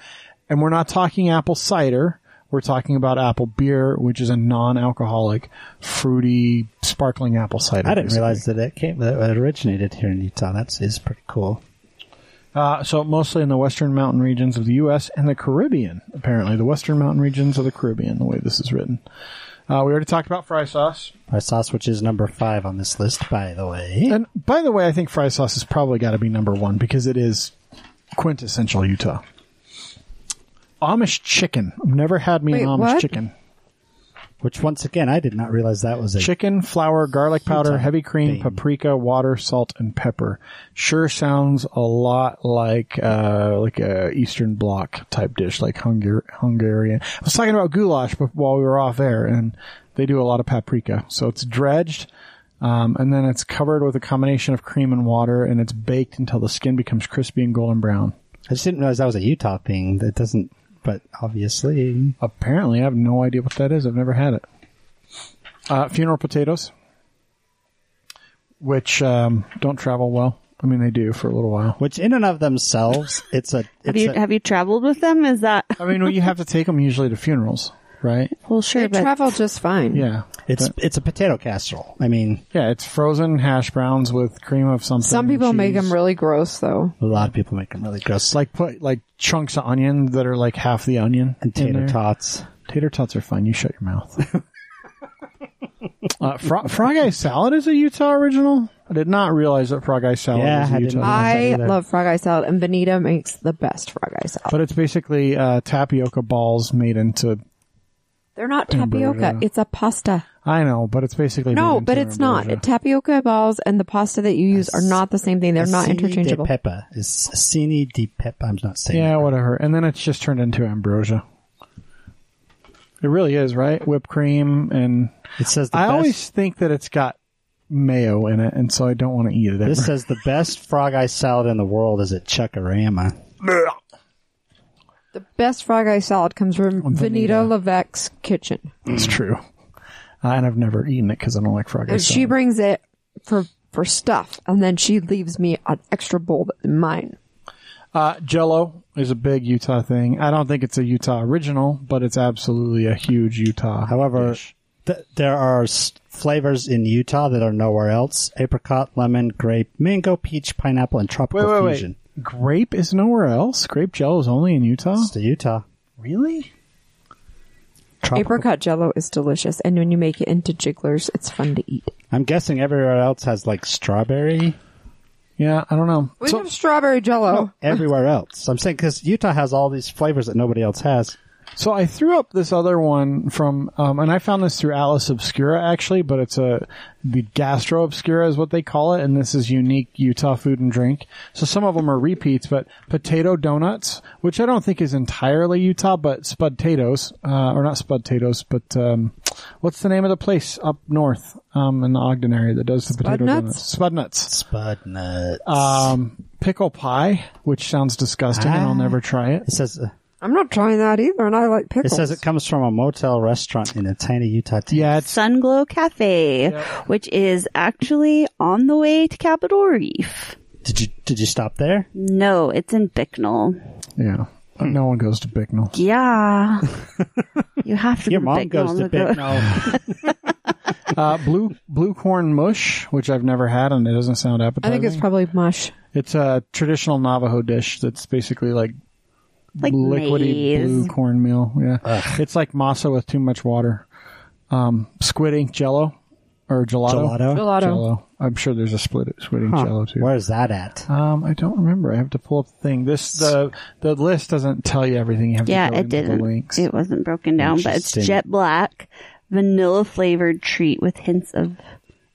B: And we're not talking apple cider; we're talking about apple beer, which is a non-alcoholic, fruity, sparkling apple cider.
D: I didn't
B: basically.
D: realize that it came that it originated here in Utah. That is pretty cool.
B: Uh, so mostly in the western mountain regions of the U.S. and the Caribbean, apparently. The western mountain regions of the Caribbean, the way this is written. Uh, we already talked about fry sauce.
D: Our sauce, which is number five on this list, by the way.
B: And by the way, I think fry sauce has probably got to be number one because it is quintessential Utah. Amish chicken. I've never had me
E: Wait,
B: an Amish
E: what?
B: chicken.
D: Which once again, I did not realize that was a
B: Chicken, flour, garlic powder,
D: Utah
B: heavy cream,
D: thing.
B: paprika, water, salt, and pepper. Sure sounds a lot like uh, like a Eastern Bloc type dish, like Hungar- Hungarian. I was talking about goulash bef- while we were off air, and they do a lot of paprika. So it's dredged, um, and then it's covered with a combination of cream and water, and it's baked until the skin becomes crispy and golden brown.
D: I just didn't realize that was a Utah thing. That doesn't, but obviously,
B: Apparently, I have no idea what that is. I've never had it. Uh, funeral potatoes, which um, don't travel well. I mean, they do for a little while.
D: which in and of themselves, it's a. It's
C: Have you
D: a-
C: have you traveled with them? Is that
B: I mean, well, you have to take them usually to funerals. right?
C: Well, sure,
E: They
C: but
E: travel just fine.
B: Yeah.
D: It's it's a potato casserole. I mean,
B: Yeah, it's frozen hash browns with cream of something.
E: Some people
B: cheese.
E: make them really gross though.
D: a lot of people make them really gross,
B: It's
D: like
B: like put like chunks of onion that are like half the onion.
D: and
B: in
D: tater
B: there.
D: tots.
B: Tater tots are fine. You shut your mouth. uh, fro- frog eye salad is a Utah original. I did not realize that frog eye salad
D: Yeah,
B: is
D: I
B: a
D: didn't
B: Utah.
D: either.
E: I
D: either.
E: love frog eye salad, and Benita makes the best frog eye salad.
B: But it's basically uh, tapioca balls made into.
E: They're not tapioca;
B: Ambrosia.
E: it's a pasta.
B: I know, but it's basically made
E: No,
B: into
E: but it's not.
B: ambrosia. Tapioca
E: Tapioca balls and the pasta that you use are not the same thing. They're not
D: Cine
E: interchangeable.
D: De Peppa is Cine di Peppa. I'm not saying.
B: yeah,
D: that.
B: whatever. And then it's just turned into ambrosia. It really is, right? Whipped cream and
D: it says. The
B: I
D: best,
B: always think that it's got mayo in it, and so I don't want to eat it.
D: This
B: ever.
D: says the best frog eye salad in the world is at Chuckarama.
E: The best frog eye salad comes from Benita Levesque's kitchen.
B: It's true. Uh, and I've never eaten it because I don't like frog
E: And
B: eyes.
E: she brings it for for stuff, and then she leaves me an extra bowl that's mine.
B: uh, Jello is a big Utah thing. I don't think it's a Utah original, but it's absolutely a huge Utah.
D: However,
B: dish.
D: th- there are s- flavors in Utah that are nowhere else: apricot, lemon, grape, mango, peach, pineapple, and
B: wait,
D: tropical
B: wait, wait.
D: fusion.
B: Grape is nowhere else. Grape Jello is only in Utah.
D: It's the Utah.
B: Really?
D: Tropical.
E: Apricot jello is delicious, and when you make it into jigglers, it's fun to eat.
D: I'm guessing everywhere else has like strawberry.
B: Yeah, I don't know.
E: We
B: So-
E: have strawberry jello.
D: Everywhere else, I'm saying because Utah has all these flavors that nobody else has.
B: So I threw up this other one from, um, and I found this through Alice Obscura actually, but it's a the Gastro Obscura is what they call it, and this is unique Utah food and drink. So some of them are repeats, but potato donuts, which I don't think is entirely Utah, but spud potatoes, uh, or not spud potatoes, but um, what's the name of the place up north um, in the Ogden area that does the potato
E: Nuts?
B: donuts? Spud nuts.
D: Spud nuts.
B: Um, pickle pie, which sounds disgusting, and
E: Ah.
B: I'll never try it.
D: it says uh,
E: I'm not trying that either, and I like
D: it
E: pickles.
D: says it comes from a motel restaurant in a tiny Utah town.
B: Yeah, it's
C: Sunglow Cafe, which is actually on the way to Capitol Reef.
D: Did you did you stop there?
C: No, it's in Bicknell.
B: yeah. No one goes to Bicknell.
C: Yeah. you have to
D: Your
C: go
D: mom
C: Bicknell
D: goes to
C: and go-
D: Bicknell.
B: Uh, blue blue corn mush, which I've never had, and it doesn't sound
E: I
B: appetizing.
E: think it's probably mush.
B: It's a traditional Navajo dish that's basically like,
C: Like
B: liquidy
C: maize.
B: blue cornmeal. Yeah, it's like masa with too much water. Um, squid ink jello or gelato.
D: Gelato.
E: Gelato.
B: Jello. I'm sure there's a split squid ink jello too.
D: Where's that at?
B: Um, I don't remember. I have to pull up the thing. This the the list doesn't tell you everything. You have
C: Yeah,
B: to go
C: it
B: into The
C: didn't.
B: links.
C: It wasn't broken down, but it's
D: Interesting.
C: jet black, vanilla flavored treat with hints of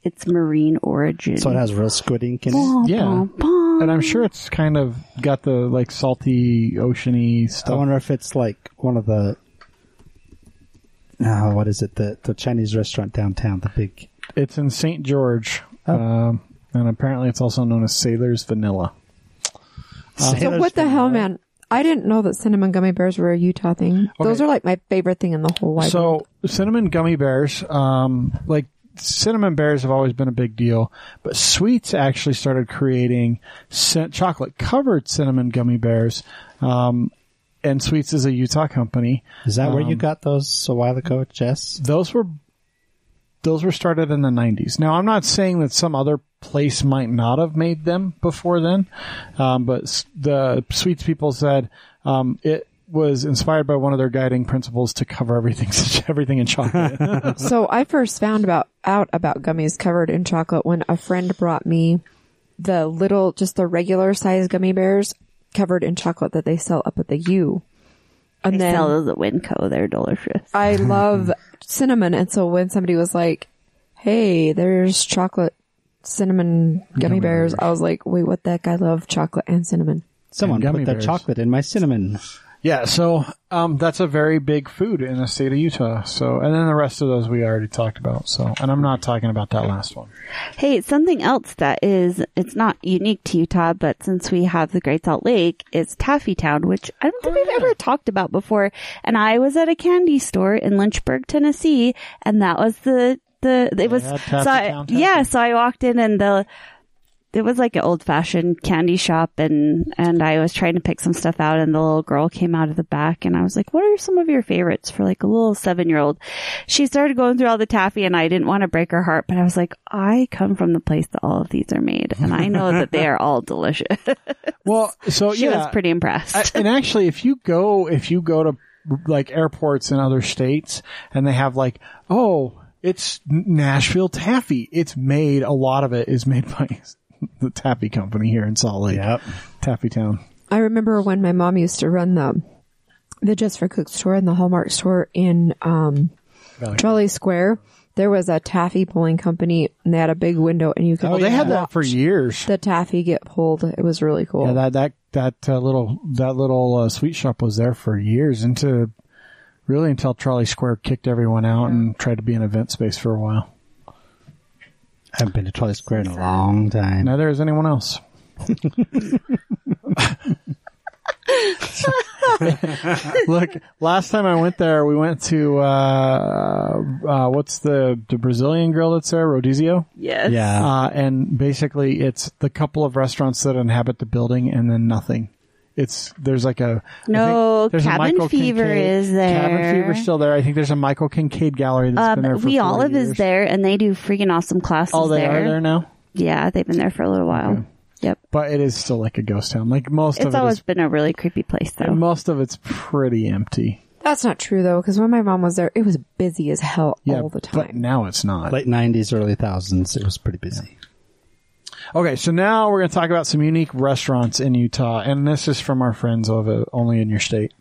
C: its marine origin.
D: So it has real squid ink in it.
B: yeah,
C: Bah.
B: and I'm sure it's kind of got the like salty, oceany
D: I
B: stuff.
D: wonder if it's like one of the. No, what is it? The the Chinese restaurant downtown, the big.
B: It's in St. George. Um, and apparently it's also known as Sailor's Vanilla.
E: So what the hell, man? I didn't know that cinnamon gummy bears were a Utah thing. Those are like my favorite thing in the whole wide world.
B: So cinnamon gummy bears, um, like cinnamon bears have always been a big deal, but sweets actually started creating cin- chocolate covered cinnamon gummy bears. Um, and Sweets is a Utah company.
D: Is that where you got those a while ago, Jess?
B: Those were those were started in the 90s. Now, I'm not saying that some other place might not have made them before then, um, but s- the Sweets people said um, it was inspired by one of their guiding principles to cover everything everything in chocolate.
E: So, I first found about out about gummies covered in chocolate when a friend brought me the little, just the regular size gummy bears covered in chocolate that they sell up at the U. And
C: They
E: then
C: sell those at Winco. They're delicious.
E: I love cinnamon, and so when somebody was like, "Hey, there's chocolate." Cinnamon gummy, bears. I was like, wait, what the heck? I love chocolate and cinnamon.
D: Someone
B: gummy
D: put their
B: bears.
D: chocolate in my cinnamon.
B: yeah, so um, that's a very big food in the state of Utah. So, and then the rest of those we already talked about. So, and I'm not talking about that last one.
C: Hey, something else that is, it's not unique to Utah, but since we have the Great Salt Lake, it's Taffy Town, which I don't think
B: Oh.
C: we've ever talked about before. And I was at a candy store in Lynchburg, Tennessee, and that was the, the, it was,
B: had Taffy
C: so I-
B: Town taffy.
C: yeah, so I walked in and the, it was like an old fashioned candy shop and, and I was trying to pick some stuff out and the little girl came out of the back and I was like, what are some of your favorites for like a little seven year old? She started going through all the taffy and I didn't want to break her heart, but I was like, I come from the place that all of these are made and I know that they are all delicious.
B: Well, so
C: she
B: yeah,
C: was pretty impressed.
B: I- and actually, if you go, if you go to like airports in other states and they have like, oh, it's Nashville taffy. It's made, a lot of it is made by the taffy company here in Salt Lake.
D: Yep.
B: Taffy Town.
E: I remember when my mom used to run the the Just for Cook store and the Hallmark store in um, Trolley Square. There was a taffy pulling company, and they had a big window, and you could
B: Oh, they had that for
E: watch
B: years.
E: the taffy get pulled. It was really cool.
B: Yeah, that that that uh, little that little uh, sweet shop was there for years into really until Trolley Square kicked everyone out and tried to be an event space for a while.
D: I haven't been to Trolley Square in a long time.
B: Neither is anyone else. Look, last time I went there, we went to uh, uh, what's the the Brazilian grill that's there, Rodizio,
C: yes.
D: Yeah.
B: uh, and basically it's the couple of restaurants that inhabit the building and then nothing. It's there's like a I think
C: No,
B: there's a
C: Cabin
B: Michael
C: Fever
B: Kincaid-
C: is
B: Cabin
C: there.
B: Fever's still there. I think there's a Michael Kincaid gallery that's been there
C: Um,
B: for
C: we
B: 40
C: Olive
B: years.
C: is there and they do freaking awesome classes
B: Oh, they are there now,
C: Yeah, they've been there for a little while. Yep. It's
B: but it is still like a ghost town. Like most of it is Mm-hmm.
C: always been a really creepy place though.
B: Most of it's pretty empty.
E: That's not true though, because when my mom was there, it was busy as hell
B: Yeah,
E: all the
B: but
E: time.
B: now it's not.
D: Late 90s, early 1000s, it was pretty busy.
B: okay, so now we're going to talk about some unique restaurants in Utah, and this is from our friends of uh, only in your state.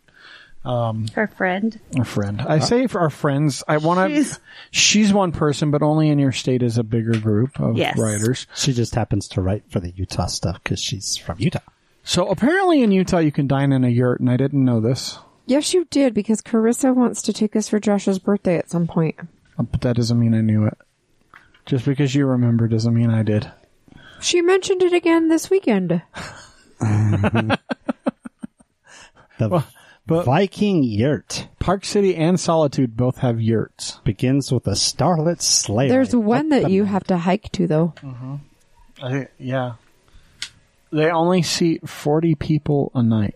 C: Her friend.
B: Our friend, I say for our friends. I want to.
C: She's-
B: She's one person, but only in your state is a bigger group of
C: Yes.
B: writers.
D: She just happens to write for the Utah stuff because she's from Utah.
B: So apparently in Utah you can dine in a yurt, and I didn't know this,
E: yes, you did, because Carissa wants to take us for Josh's birthday at some point.
B: uh, but that doesn't mean I knew it. Just because you remember doesn't mean I did.
E: She mentioned it again this weekend.
D: The
B: But
D: Viking Yurt
B: Park City and Solitude both have yurts.
D: begins with a starlit sleigh.
E: There's
D: ride.
E: one that you have to hike to though.
B: I think, yeah. They only seat 40 people a night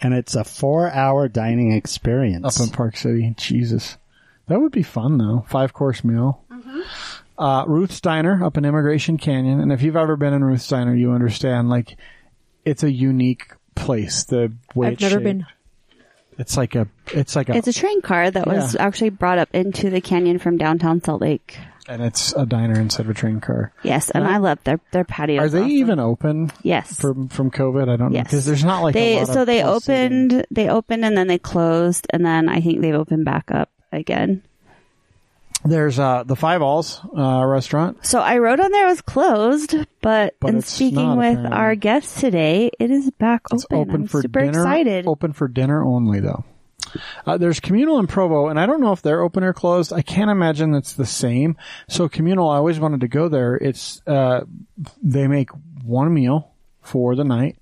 D: and it's a four-hour dining
B: up
D: experience.
B: in Park City. Jesus. That would be fun, though. Five course meal.
C: Mm-hmm.
B: Uh, Ruth's Diner up in Immigration Canyon. And if you've ever been in Ruth's Diner, you understand, like, it's a unique place. The way
E: I've
B: it's
E: never
B: shaped.
E: been.
B: It's like a, it's like a,
C: It's a train car that was
B: Oh. Yeah.
C: actually brought up into the canyon from downtown Salt Lake.
B: and it's a diner instead of a train car.
C: Yes, and I love their their patio.
B: Are they even open
C: Yes.
B: from, from COVID? I don't know.
C: Yes.
B: Because there's not like a
C: they
B: lot of
C: so they
B: place seating.
C: opened they opened and then they closed and then I think they've opened back up again.
B: There's, uh, the Five Alls, uh, restaurant.
C: So I wrote on there it was closed, but,
B: But
C: in
B: it's
C: speaking
B: not,
C: with
B: apparently.
C: our guest today, it is back open.
B: It's open
C: I'm
B: for
C: super
B: dinner.
C: excited.
B: Open for dinner only, though. Uh, there's communal in Provo, and I don't know if they're open or closed. I can't imagine it's the same. So communal, I always wanted to go there. It's uh, they make one meal for the night.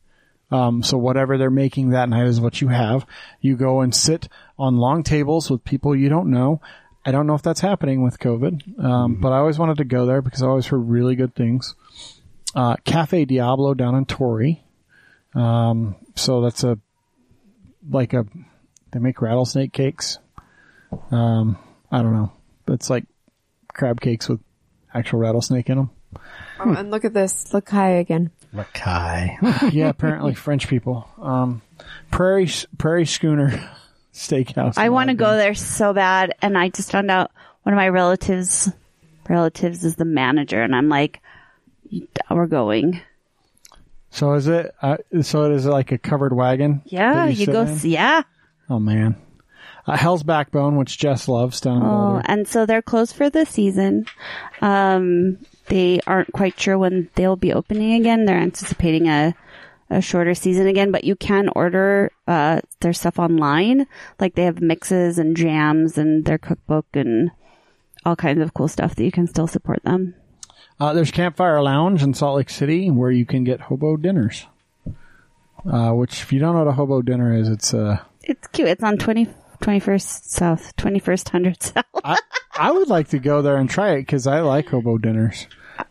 B: Um, so whatever they're making that night is what you have. You go and sit on long tables with people you don't know. I don't know if that's happening with COVID, um, but I always wanted to go there because I always heard really good things. Uh, Cafe Diablo down in Torrey so that's a like a they make rattlesnake cakes. Um, I don't know. It's like crab cakes with actual rattlesnake in them. Hmm.
E: Oh, and look at this, look high again.
D: Lakai.
B: Yeah, apparently French people. Um, Prairie Prairie Schooner Steakhouse.
C: I want to go there so bad. And I just found out one of my relatives relatives is the manager, and I'm like, we're going.
B: So is it? Uh, so it is like a covered wagon.
C: Yeah,
B: that
C: you,
B: sit
C: go.
B: in?
C: See, yeah.
B: Oh man, uh, Hell's Backbone, which Jess loves down in
C: Oh,
B: Boulder.
C: and so they're closed for the season. Um, they aren't quite sure when they'll be opening again. They're anticipating a a shorter season again, but you can order uh, their stuff online. Like they have mixes and jams and their cookbook and all kinds of cool stuff that you can still support them.
B: Uh, there's Campfire Lounge in Salt Lake City where you can get hobo dinners. Uh, which, if you don't know what a hobo dinner is, it's uh,
C: It's cute. It's on 20, 21st South, 21st 100 South.
B: I would like to go there and try it because I like hobo dinners.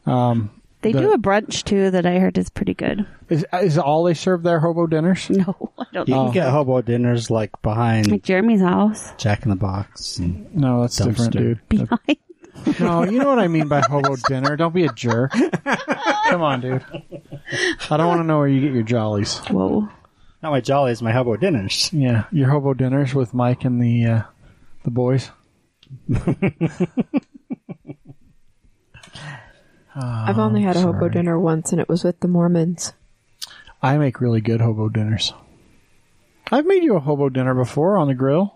B: Um,
C: They
B: The-
C: do a brunch too that I heard is pretty good.
B: Is is all they serve there hobo dinners?
C: No, I don't
D: You
C: know.
B: Oh.
D: can get hobo dinners like behind
C: Like Jeremy's house.
D: Jack in the Box. And
B: No, that's
D: Dumpster.
B: different, dude. no, you know what I mean by hobo dinner. Don't be a jerk. Come on, dude. I don't want to know where you get your jollies.
C: Whoa.
D: not my jollies, my hobo dinners.
B: Yeah, your hobo dinners with Mike and the uh, the boys.
E: I've only had a
B: Um,
E: hobo dinner once, and it was with the Mormons.
B: I make really good hobo dinners. I've made you a hobo dinner before on the grill.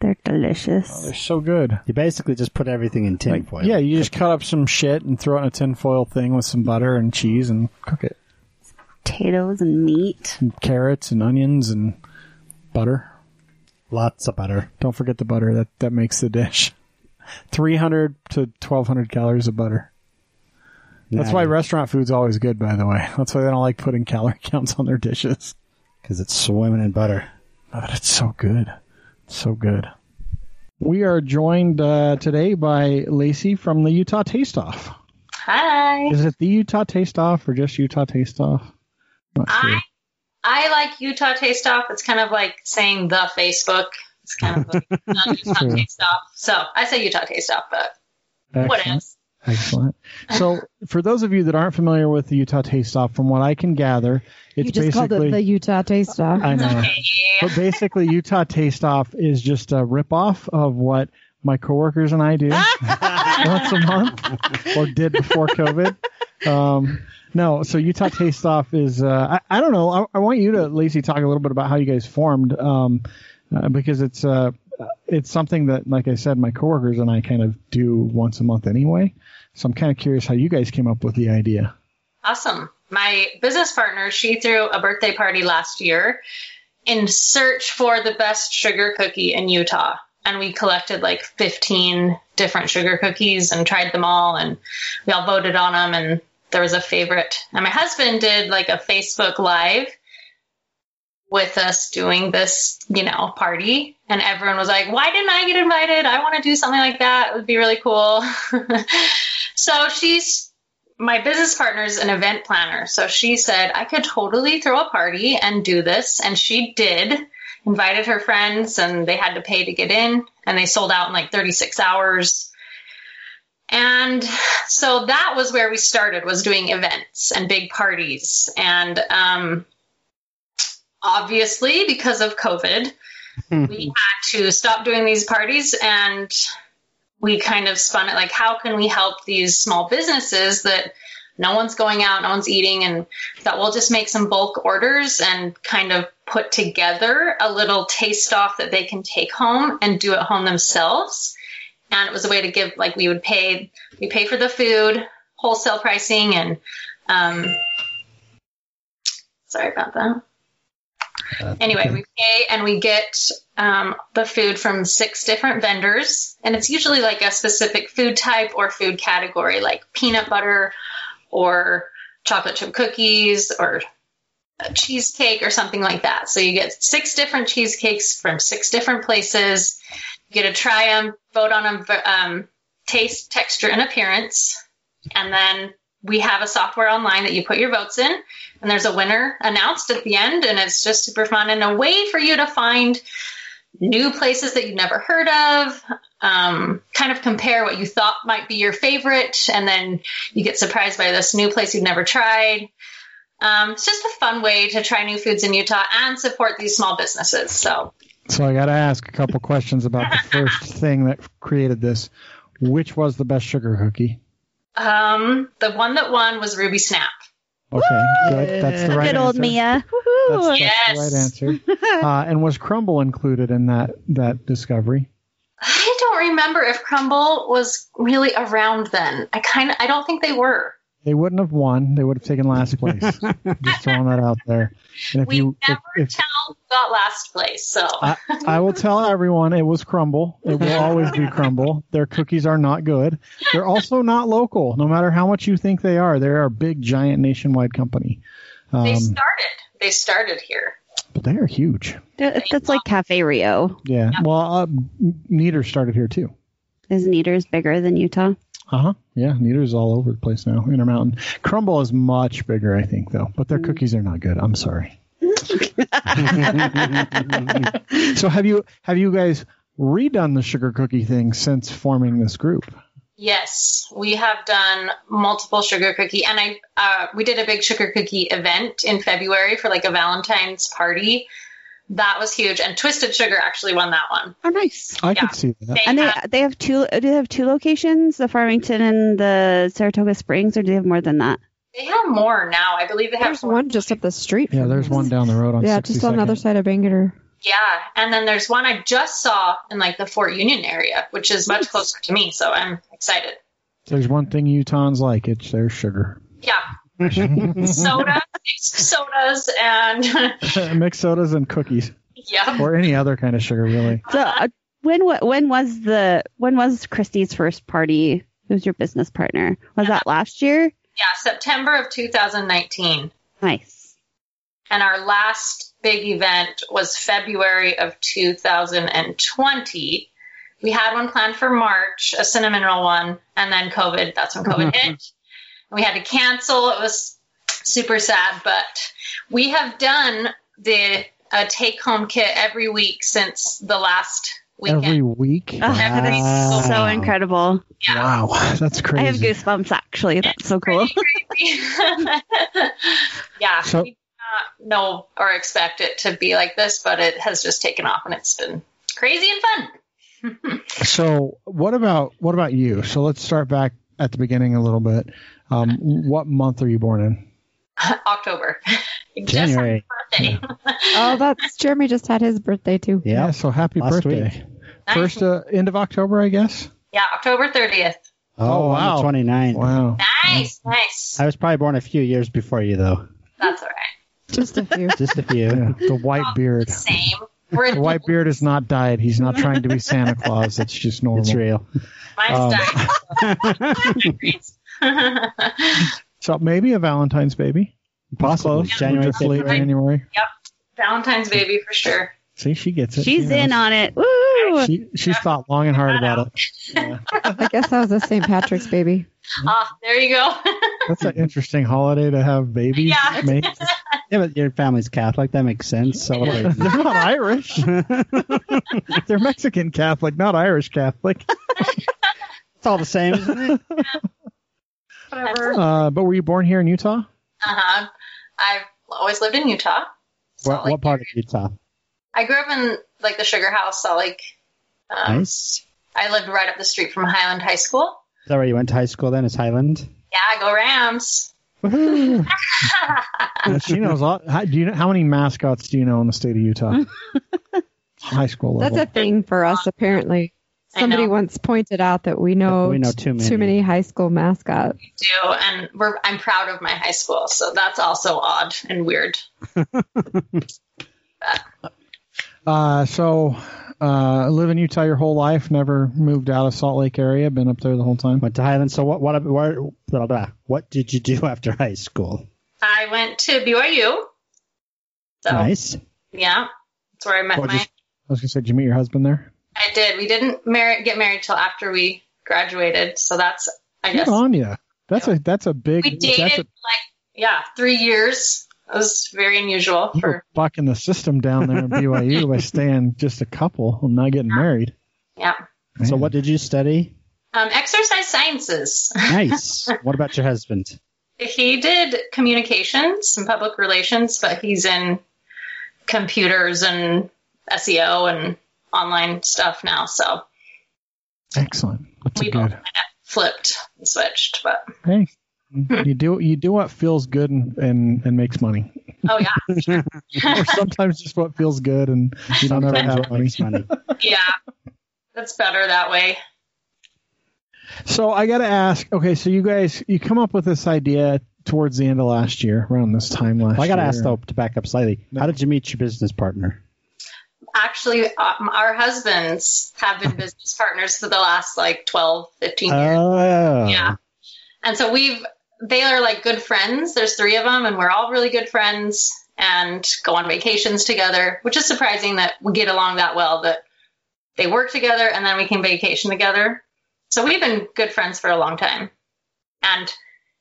C: They're delicious.
B: They're so good.
D: You basically just put everything in tin foil.
B: Yeah, you just cut up some shit and throw it in a tinfoil thing with some butter and cheese and cook it.
C: Potatoes and meat.
B: And carrots and onions and butter.
D: Lots of butter.
B: Don't forget the butter. That that makes the dish. 300 to 1200 calories of butter. That's why restaurant food's always good, by the way. That's why they don't like putting calorie counts on their dishes.
D: Because it's swimming in butter.
B: Oh, but it's so good. So good. We are joined uh, today by Lacey from the Utah Taste Off.
F: Hi.
B: Is it the Utah Taste Off or just Utah Taste Off? Not sure.
F: I I like Utah Taste Off. It's kind of like saying the Facebook. It's kind of like not Utah
B: True.
F: Taste Off. So I say Utah Taste Off, but what
B: Excellent.
F: else?
B: Excellent. So, for those of you that aren't familiar with the Utah Taste Off, from what I can gather, it's
E: you just called
B: basically
E: it the Utah Taste Off.
B: I know.
F: Yeah.
B: but basically, Utah Taste Off is just a ripoff of what my coworkers and I do once a month, or did before COVID. Um, no, so Utah Taste Off is uh, I, I don't know. I, I want you to, Lacey, talk a little bit about how you guys formed um, uh, because it's uh, it's something that, like I said, my coworkers and I kind of do once a month anyway. So I'm kind of curious how you guys came up with the idea.
F: Awesome. My business partner, she threw a birthday party last year in search for the best sugar cookie in Utah. And we collected like 15 different sugar cookies and tried them all. And we all voted on them. And there was a favorite. And my husband did like a Facebook Live with us doing this, you know, party. And everyone was like, why didn't I get invited? I want to do something like that. It would be really cool. so she's my business partner is an event planner. So she said, I could totally throw a party and do this. And she did, invited her friends, and they had to pay to get in. And they sold out in like 36 hours. And so that was where we started was doing events and big parties. And um, obviously, because of COVID, we had to stop doing these parties and we kind of spun it like how can we help these small businesses that no one's going out no one's eating and that we'll just make some bulk orders and kind of put together a little taste off that they can take home and do at home themselves and it was a way to give like we would pay we pay for the food wholesale pricing and um, sorry about that anyway we pay and we get um, the food from six different vendors, and it's usually like a specific food type or food category, like peanut butter or chocolate chip cookies or a cheesecake or something like that. So you get six different cheesecakes from six different places. You get to try them, vote on them, um, taste, texture, and appearance, and then we have a software online that you put your votes in and there's a winner announced at the end and it's just super fun and a way for you to find new places that you've never heard of um, kind of compare what you thought might be your favorite and then you get surprised by this new place you've never tried um, it's just a fun way to try new foods in utah and support these small businesses so
B: So I got to ask a couple questions about the first thing that created this. Which was the best sugar cookie?
F: um, the one that won was ruby snap
B: Okay, good. That's the right
C: Good old
B: answer.
C: Mia.
B: That's, that's
F: Yes.
B: the right answer. Uh, and was crumble included in that that discovery?
F: i don't remember if crumble was really around then i kind of i don't think they were
B: They wouldn't have won. They would have taken last place. Just throwing that out there. And if
F: we
B: you, if,
F: never
B: if, Uh,
F: tell who got last place so
B: I, I will tell everyone it was crumble. It will always be crumble. Their cookies are not good. They're also not local. No matter how much you think they are, they are a big, giant, nationwide company.
F: they
B: Um,
F: started they started here
B: but they are huge.
C: That- That's like Cafe Rio.
B: Yeah. Well, uh, Neater started here too.
C: Is Neater's bigger than Utah?
B: Uh huh. Yeah, Neater's all over the place now. Intermountain. Crumble is much bigger, I think, though. But
E: Mm.
B: their cookies are not good. I'm sorry. so have you have you guys redone the sugar cookie thing since forming this group?
F: Yes, we have done multiple sugar cookie, and I uh, we did a big sugar cookie event in February for like a Valentine's party. That was huge, and Twisted Sugar actually won that one.
C: Oh, nice.
B: I
F: Yeah.
B: could see that.
F: They
C: And they
F: had-
C: they have two. Do they have two locations, the Farmington and the Saratoga Springs, or do they have more than that?
F: they have more now. I believe they have
E: There's
F: more.
E: one just up the street.
B: Yeah,
E: from
B: there's
E: us.
B: one down the road on
E: Yeah,
B: 62nd.
E: just on the other side of Bangor.
F: Yeah, and then there's one I just saw in like the Fort Union area, which is much closer to me, so I'm excited.
B: There's one thing Utahns like. It's their sugar.
F: Yeah, soda, mixed sodas, and
B: Mixed sodas and cookies,
F: yeah,
B: or any other kind of sugar, really.
C: So uh, when wa- when was the when was Christie's first party? Who's your business partner? Was that last year?
F: yeah, September of 2019.
C: Nice.
F: And our last big event was February of 2020. We had one planned for March, a cinnamon roll one, and then COVID. That's when COVID hit. And we had to cancel. It was super sad, but we have done the uh, take home kit every week since the last weekend.
B: Every week.
C: Oh, that is so
D: Wow.
C: incredible.
F: yeah.
B: Wow, that's crazy.
C: I have goosebumps. Actually, that's so cool.
F: yeah.
B: So-
F: we did not know or expect it to be like this, but it has just taken off and it's been crazy and fun.
B: So, what about what about you? So, let's start back at the beginning a little bit. Um, what month are you born in?
F: October. Just had
D: January.
F: my birthday.
E: Oh, that's Jeremy just had his birthday too.
D: Yeah.
B: so happy
D: Last
B: birthday. First uh, end of October, I guess.
F: Yeah, October 30th.
B: Oh,
D: Oh,
B: wow.
D: wow. 29.
B: Wow.
F: Nice, nice.
D: I was probably born a few years before you, though.
F: That's all right.
E: Just a few.
D: Just a few.
B: Yeah, the white beard.
F: Same. We're
B: The white beard is not dyed. He's not trying to be Santa Claus. It's just normal.
D: It's real. Um,
F: mine's dyed.
B: So maybe a Valentine's baby.
D: Possibly.
B: Close.
D: January
B: Just late
D: 15th.
B: January.
F: Valentine's baby for sure.
B: See, she gets it.
C: She's
B: She
C: in
B: knows.
C: on it. Woo!
B: She she's thought long and hard about it.
E: I guess that was a St. Patrick's baby.
F: Ah, there you go.
B: That's an interesting holiday to have babies.
F: Yeah.
B: made.
D: Yeah, but your family's Catholic. That makes sense. Celebrate.
B: They're not Irish. They're Mexican Catholic, not Irish Catholic.
D: it's all the same, isn't it?
F: Whatever. Uh
B: Uh, but were you born here in Utah?
F: huh. Uh-huh. I've always lived in Utah. Salt
D: What,
F: Lake.
D: what part of Utah?
F: I grew up in like the Sugar House, Salt Lake. Um,
D: Nice.
F: I lived right up the street from Highland High School.
D: Is that where you went to high school then? Is Highland?
F: Yeah, go Rams.
D: Woohoo!
B: She knows. All, how, do you know how many mascots do you know in the state of Utah? High school
E: That's
B: level.
E: a thing for us, apparently.
F: I
E: Somebody
F: know.
E: once pointed out that we know,
D: We know
E: t-
D: too many.
E: high school mascots.
F: do, and we're, I'm proud of my high school, so that's also odd and weird.
B: uh, so, uh, live in Utah your whole life. Never moved out of Salt Lake area. Been up there the whole time.
D: Went to Highland. So what? What? Where, blah, blah. What did you do after high school?
F: I went to BYU. So
D: Nice.
F: yeah, that's where I met
D: Gorgeous.
F: my.
B: I was gonna say, did you meet your husband there?
F: I did. We didn't mar- get married till after we graduated, so that's I
B: Good
F: guess
B: on you. That's a that's a big.
F: we dated
B: that's
F: like
B: a
F: yeah three years. It was very unusual
B: you
F: for
B: were bucking the system down there in BYU by staying just a couple and not getting married.
F: yeah.
D: So
B: Man.
D: what did you study?
F: Um, exercise sciences.
D: Nice. what about your husband?
F: He did communications and public relations, but he's in computers and SEO and online stuff now. So
B: Excellent. That's a
F: we both
B: good.
F: kind of flipped and switched. But
B: Hey, you do you do what feels good and, and, and makes money,
F: oh yeah,
B: or sometimes just what feels good and you don't ever
D: Sometimes
B: have
D: what
B: money.
D: makes money.
F: yeah, that's better that way.
B: So I got to ask. Okay, so you guys you come up with this idea towards the end of last year, around this time last.
D: Well, I got to
B: year.
D: ask though to back up slightly. How did you meet your business partner?
F: Actually, um, our husbands have been business partners for the last like 12, 15 years.
D: Oh,
F: Yeah. And so we've, they are like good friends. There's three of them, and we're all really good friends and go on vacations together, which is surprising that we get along that well that they work together and then we can vacation together. So we've been good friends for a long time. And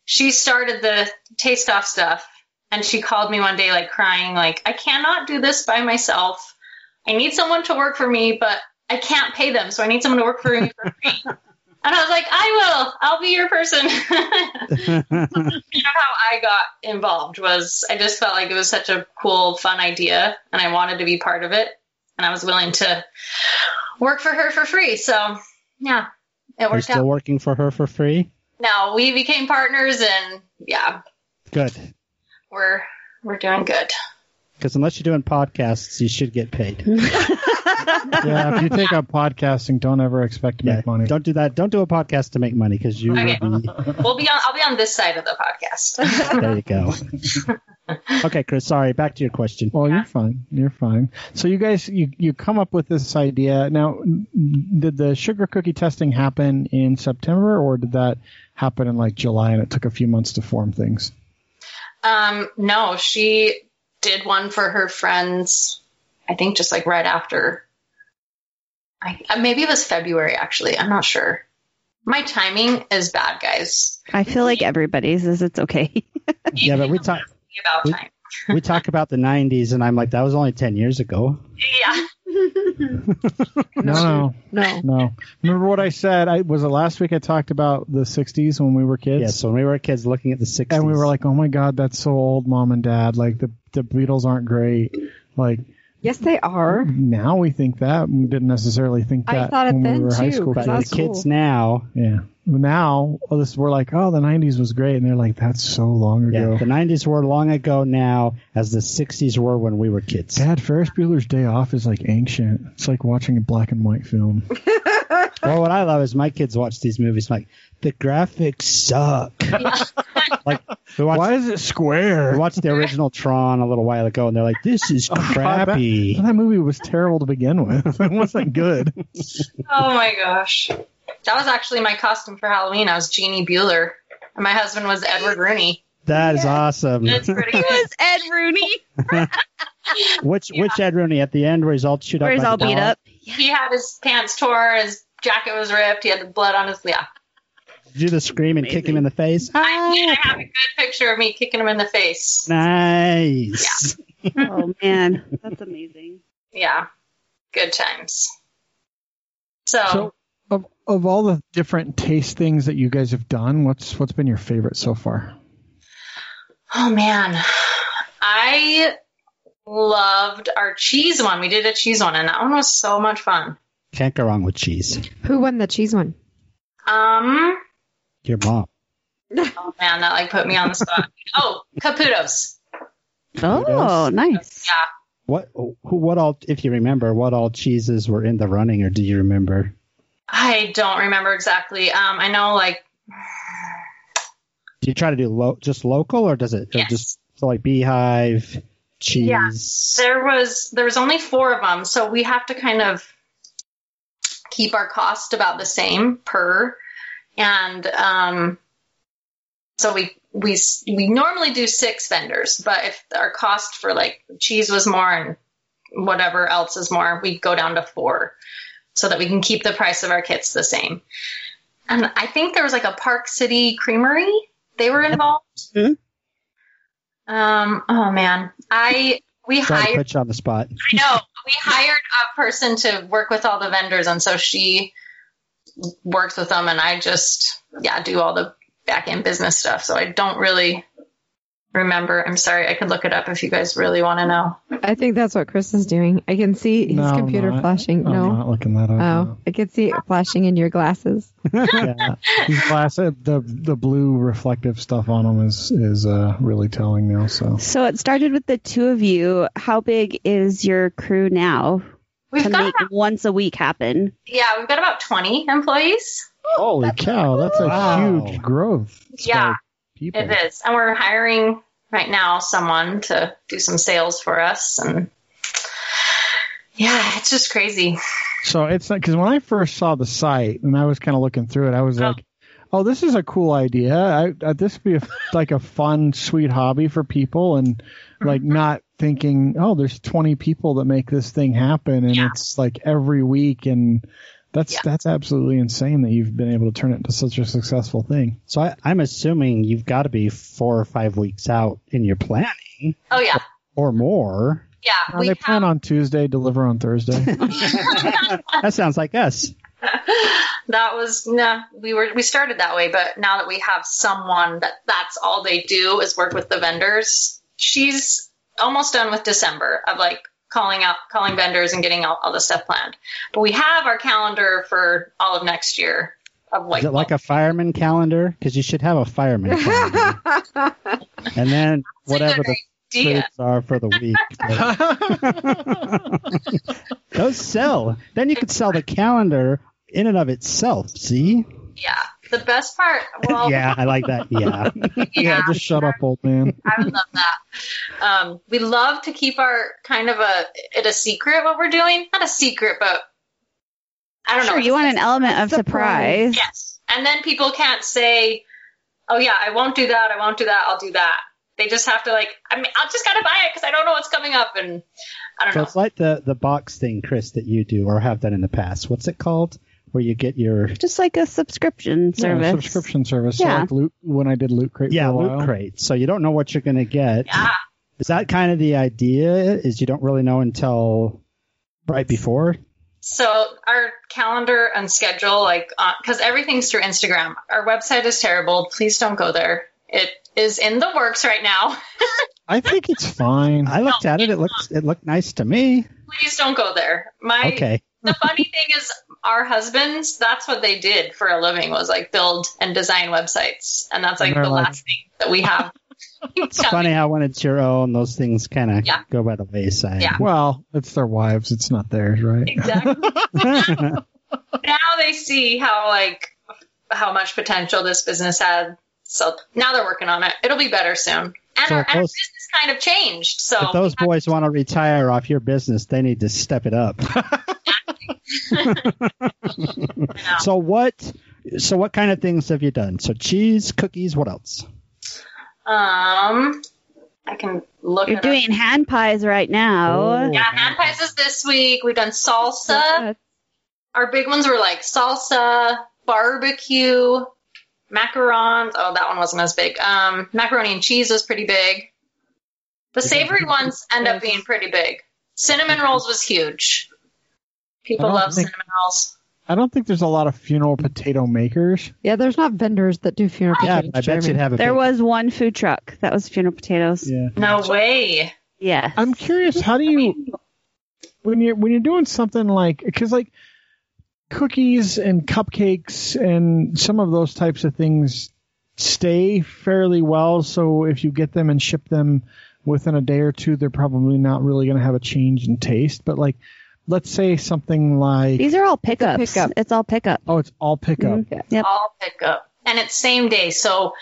F: she started the taste off stuff and she called me one day like crying like I cannot do this by myself. I need someone to work for me, but I can't pay them, so I need someone to work for me for free. And I was like, I will. I'll be your person. you know how I got involved was I just felt like it was such a cool, fun idea, and I wanted to be part of it, and I was willing to work for her for free. So yeah, it
D: You're
F: worked
D: still
F: out.
D: working for her for free?
F: now we became partners, and yeah,
D: Good.
F: we're we're doing good.
D: Because unless you're doing podcasts, you should get
F: Mm-hmm.
D: paid.
B: yeah, if you take up podcasting, don't ever expect to
D: Yeah,
B: make money.
D: Don't do that. Don't do a podcast to make money because you
F: Okay.
D: will be.
F: We'll be on. I'll be on this side of the podcast.
D: There you go. okay, Chris. Sorry. Back to your question.
B: Well, you're fine. You're fine. So you guys, you you come up with this idea. Now, n- did the sugar cookie testing happen in September, or did that happen in like July, and it took a few months to form things?
F: Um, no, she did one for her friends. I think just like right after. I uh, maybe it was February actually. I'm not sure. My timing is bad, guys.
C: I feel like everybody's is. It's okay.
D: Yeah, but we talk
F: About
D: We-
F: time.
D: we talk about the '90s, and I'm like, that was only ten years ago.
F: Yeah.
B: No, no,
E: No.
B: no. Remember what I said? I was it last week. I talked about the '60s when we were kids.
D: yeah. So when we were kids, looking at the '60s,
B: and we were like, "Oh my God, that's so old, mom and dad. Like the the Beatles aren't great." Like
E: Yes, they are.
B: now we think that we didn't necessarily think
E: I
B: that
E: thought it
B: when we
E: then,
B: were high
E: too,
B: school
D: but
B: kids.
D: the
E: that's
D: kids
E: cool.
D: now,
B: Yeah. Now well, this, we're like, "Oh, the '90s was great," and they're like, "That's so long
D: yeah,
B: ago."
D: the '90s were long ago now, as the '60s were when we were kids.
B: Dad, Ferris Bueller's Day Off is like ancient. It's like watching a black and white film.
D: Well, what I love is my kids watch these movies like the graphics suck. like we watched,
B: Why is it
D: we
B: square?
D: watched the original Tron a little while ago, and they're like, "This
B: Oh,
D: is crappy."
B: That movie was terrible to begin with. It wasn't good.
F: Oh my gosh. That was actually my costume for Halloween. I was Jeannie Bueller. And my husband was Edward Rooney.
D: That is awesome.
F: That's pretty good.
C: Ed Rooney,
D: Which which Ed Rooney at the end where he's all chewed
C: where
D: up?
C: he's
D: by
C: all
D: the
C: beat
D: dog?
C: up.
F: he had his pants torn, his jacket was ripped, he had the blood on his yeah.
D: Do the scream and kick him in the face.
F: I,
C: Oh.
F: I have a good picture of me kicking him in the face.
D: Nice.
C: Oh man, that's amazing.
F: yeah, good times. So,
B: So, of, of all the different taste things that you guys have done, what's what's been your favorite so far?
F: oh man, I loved our cheese one. We did a cheese one, and that one was so much fun.
D: Can't go wrong with cheese.
E: Who won the cheese one?
F: Um,
D: Your mom.
F: oh man, that like put me on the spot. oh, Caputos.
C: Oh, nice.
F: Yeah,
D: What who, what all if you remember what all cheeses were in the running or do you remember?
F: I don't remember exactly. Um, I know like
D: Do you try to do lo- just local or does it or
F: Yes.
D: just so like beehive cheese?
F: Yeah. there was there was only four of them so we have to kind of keep our cost about the same per and um so we we s- we normally do six vendors but if our cost for like cheese was more and whatever else is more we go down to four so that we can keep the price of our kits the same and i think there was like a park city creamery they were involved
D: Mhm.
F: um oh man i we
D: Try
F: hired
D: to put you on the spot.
F: no, we hired a person to work with all the vendors, and so she works with them, and I just yeah do all the back end business stuff. So I don't really remember. I'm sorry, I could look it up if you guys really want to know.
E: I think that's what Chris is doing. I can see his
B: No, I'm
E: computer
B: not.
E: flashing.
B: I'm
E: no.
B: not looking that up.
E: Oh, I can see it flashing in your glasses.
D: yeah.
B: no. These glasses, the the blue reflective stuff on them is is uh, really telling now. So
C: So it started with the two of you. How big is your crew now
F: We've
C: to
F: got
C: make
F: about,
C: once a week happen?
F: yeah, we've got about 20 employees.
B: holy cow, that's a
D: Wow.
B: huge growth. spike
F: Yeah,
B: people.
F: it is, and we're hiring right now someone to do some sales for us, and yeah, it's just crazy.
B: So it's because when I first saw the site and I was kind of looking through it, I was like, "Oh, this is a cool idea. I, I, this would be a, like a fun, sweet hobby for people." And like
F: Mm-hmm.
B: not thinking, "Oh, there's 20 people that make this thing happen, and
F: Yeah.
B: it's like every week and." That's
F: Yeah.
B: that's absolutely insane that you've been able to turn it into such a successful thing.
D: So I, I'm assuming you've got to be four or five weeks out in your planning
F: Oh yeah,
D: or more.
F: yeah.
B: Now, they plan on Tuesday, deliver on Thursday.
F: Uh,
D: That sounds like us.
F: that was nah, we were we started that way but now that we have someone that that's all they do is work with the vendors she's almost done with december of like calling out calling vendors and getting all, all the stuff planned but we have our calendar for all of next year of like,
D: Is it like a fireman calendar? Because you should have a fireman calendar. and then whatever the
F: idea.
D: foods are for the week. Those sell. Then you could sell the calendar in and of itself. See?
F: yeah the best part well
D: yeah, I like that. Yeah.
B: yeah, just shut up, old man.
F: I would love that. Um, we love to keep our kind of a it a secret what we're doing. Not a secret, but I don't
C: Sure,
F: know.
C: you want an element of surprise.
E: Surprise.
F: Yes. And then people can't say, "Oh yeah, I won't do that. I won't do that. I'll do that." They just have to like. I mean, I just gotta buy it because I don't know what's coming up, and I don't
D: So
F: know.
D: it's like the, the box thing, Chris, that you do or have done in the past. What's it called? Where you get your
C: Just like a subscription
B: Yeah,
C: service.
B: subscription service. So
C: Yeah.
B: like loot when I did loot crate.
D: yeah
B: for a
D: loot
B: while.
D: crate. So you don't know what you're gonna get.
F: Yeah.
D: Is that kind of the idea? Is you don't really know until right before?
F: So our calendar and schedule, like, because everything's through Instagram. Our website is terrible. Please don't go there. It is in the works right now.
B: I think it's fine.
D: I looked at it. It looked it looked nice to me.
F: Please don't go there. My
D: Okay.
F: the funny thing is our husbands that's what they did for a living was like build and design websites and that's like
B: And they're
F: the
B: like-
F: last thing that we have
D: It's funny how when it's your own, those things kind of
F: Yeah.
D: go by the wayside.
F: Yeah.
B: well, it's their wives. It's not theirs, right?
F: exactly now they see how like how much potential this business had so now they're working on it it'll be better soon and,
D: So
F: our,
D: if
F: and our
D: those-
F: business kind of changed so
D: If those
F: we have-
D: boys want to retire off your business, they need to step it up. so what? So what kind of things have you done? So cheese, cookies. What else?
F: um i can look
C: You're
F: it up.
C: doing hand pies right
B: Oh,
C: now.
F: yeah hand pies is this week we've done salsa our big ones were like salsa, barbecue, macarons. Oh, that one wasn't as big. Um, macaroni and cheese was pretty big. The savory ones end up being pretty big. Cinnamon rolls was huge. People
B: I don't
F: love
B: think-
F: cinnamon rolls.
B: I don't think there's a lot of funeral potato makers.
E: Yeah, there's not vendors that do funeral.
D: Yeah,
E: pictures,
D: I bet
E: Jeremy.
D: you'd have a.
C: There
D: big-
C: was one food truck that was funeral potatoes.
B: Yeah.
F: No way.
C: Yes.
B: I'm curious, how do you when you're when you're doing something like because like cookies and cupcakes and some of those types of things stay fairly well. So if you get them and ship them within a day or two, they're probably not really going to have a change in taste. But like, let's say something like
C: These are all pickups.
E: pickup.
C: It's all pickup.
B: oh, it's all pickup.
C: Mhm. Yep.
F: All pickup, and it's same day. So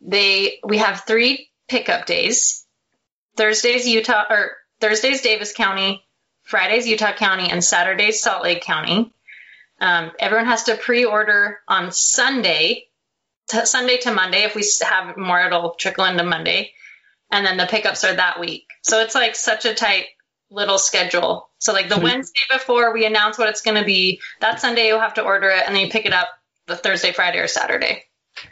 F: they we have three pickup days. Thursday's Utah or Thursday's Davis County, Friday's Utah County, and Saturday's Salt Lake County. Um, everyone has to pre-order on Sunday, to, Sunday to Monday. If we s- have more, it'll trickle into Monday, and then the pickups are that week. So it's like such a tight little schedule. So like the Wednesday before we announce what it's going to be, that Sunday you'll have to order it, and then you pick it up the Thursday, Friday, or Saturday.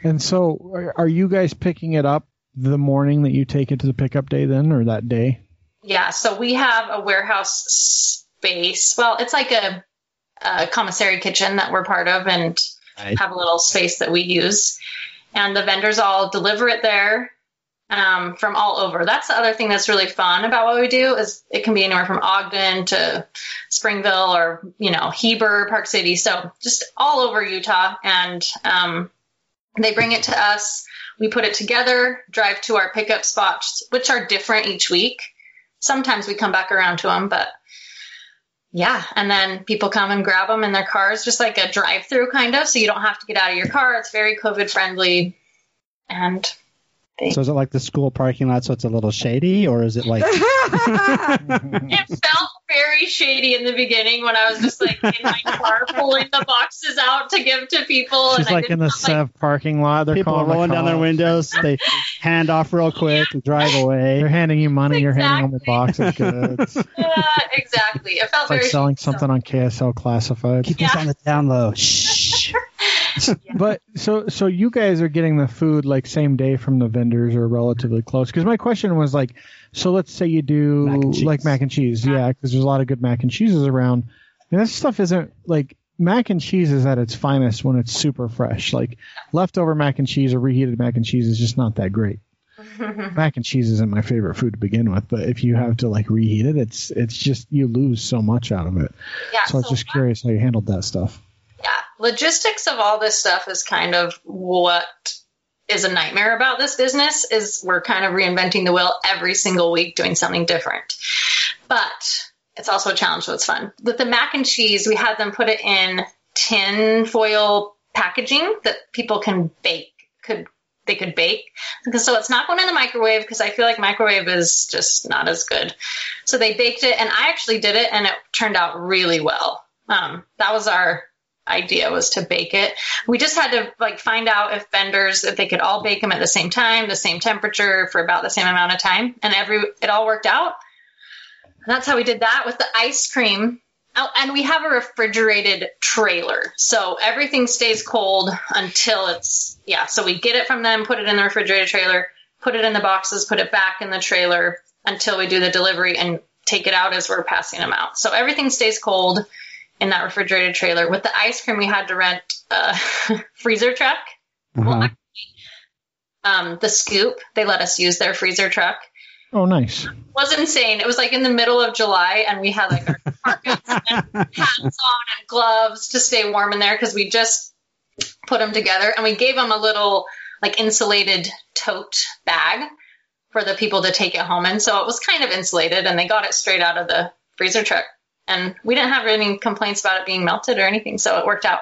B: And so, are- are you guys picking it up the morning that you take it to the pickup day then, or that day?
F: Yeah, so we have a warehouse space. Well, it's like a, a commissary kitchen that we're part of and
D: Right.
F: have a little space that we use. And the vendors all deliver it there um, from all over. That's the other thing that's really fun about what we do is it can be anywhere from Ogden to Springville or you know Heber, Park City. So just all over Utah, and um, they bring it to us. We put it together, drive to our pickup spots, which are different each week. Sometimes we come back around to them, but yeah. And then people come and grab them in their cars, just like a drive through kind of. So you don't have to get out of your car. It's very COVID friendly. And
D: So is it
B: Hmm.
D: like the school parking lot? So it's a little shady, or is it like?
F: it felt very shady in the beginning when I was just like in my car pulling the boxes out to give to people.
B: She's
F: and
B: like
F: I
B: in the
F: didn't want,
B: Sev parking lot. They're
D: People are
B: calling the
D: rolling down their
B: cops.
D: windows. They hand off real quick and drive
B: They're
D: away.
B: handing you money. You're handing them a box of goods. It's
F: like, yeah, exactly. It felt
B: like
F: very
B: selling something on KSL Classified.
D: Keep this on the down low. Shh.
B: But so so you guys are getting the food like same day from the vendors or relatively close. Because my question was like, so let's say you do
D: Mac and cheese.
B: like mac and cheese, yeah, because there's a lot of good mac and cheeses around. And this stuff isn't like mac and cheese is at its finest when it's super fresh. Like leftover mac and cheese or reheated mac and cheese is just not that great. mac and cheese isn't my favorite food to begin with, but if you have to like reheat it, it's it's just you lose so much out of it.
F: yeah,
B: So I was
F: so
B: just curious how you handled that stuff.
F: yeah logistics of all this stuff is kind of what is a nightmare about this business is we're kind of reinventing the wheel every single week doing something different but it's also a challenge so it's fun with the mac and cheese we had them put it in tin foil packaging that people can bake could they could bake Because- so it's not going in the microwave because i feel like microwave is just not as good so they baked it and i actually did it and it turned out really well um, that was our idea was to bake it. We just had to like find out if vendors if they could all bake them at the same time, the same temperature for about the same amount of time, and every it all worked out. And that's how we did that with the ice cream. Oh, and we have a refrigerated trailer, so everything stays cold until it's yeah. So we get it from them, put it in the refrigerated trailer, put it in the boxes, put it back in the trailer until we do the delivery and take it out as we're passing them out. So everything stays cold in that refrigerated trailer. With the ice cream, we had to rent a freezer truck. Well,
D: Uh-huh.
F: actually, um, the scoop, they let us use their freezer truck.
B: Oh, nice.
F: It was insane. It was like in the middle of July, and we had like our parkas and hats on and gloves to stay warm in there because we just put them together and we gave them a little like insulated tote bag for the people to take it home in. So it was kind of insulated, and they got it straight out of the freezer truck. And we didn't have any complaints about it being melted or anything, so it worked out.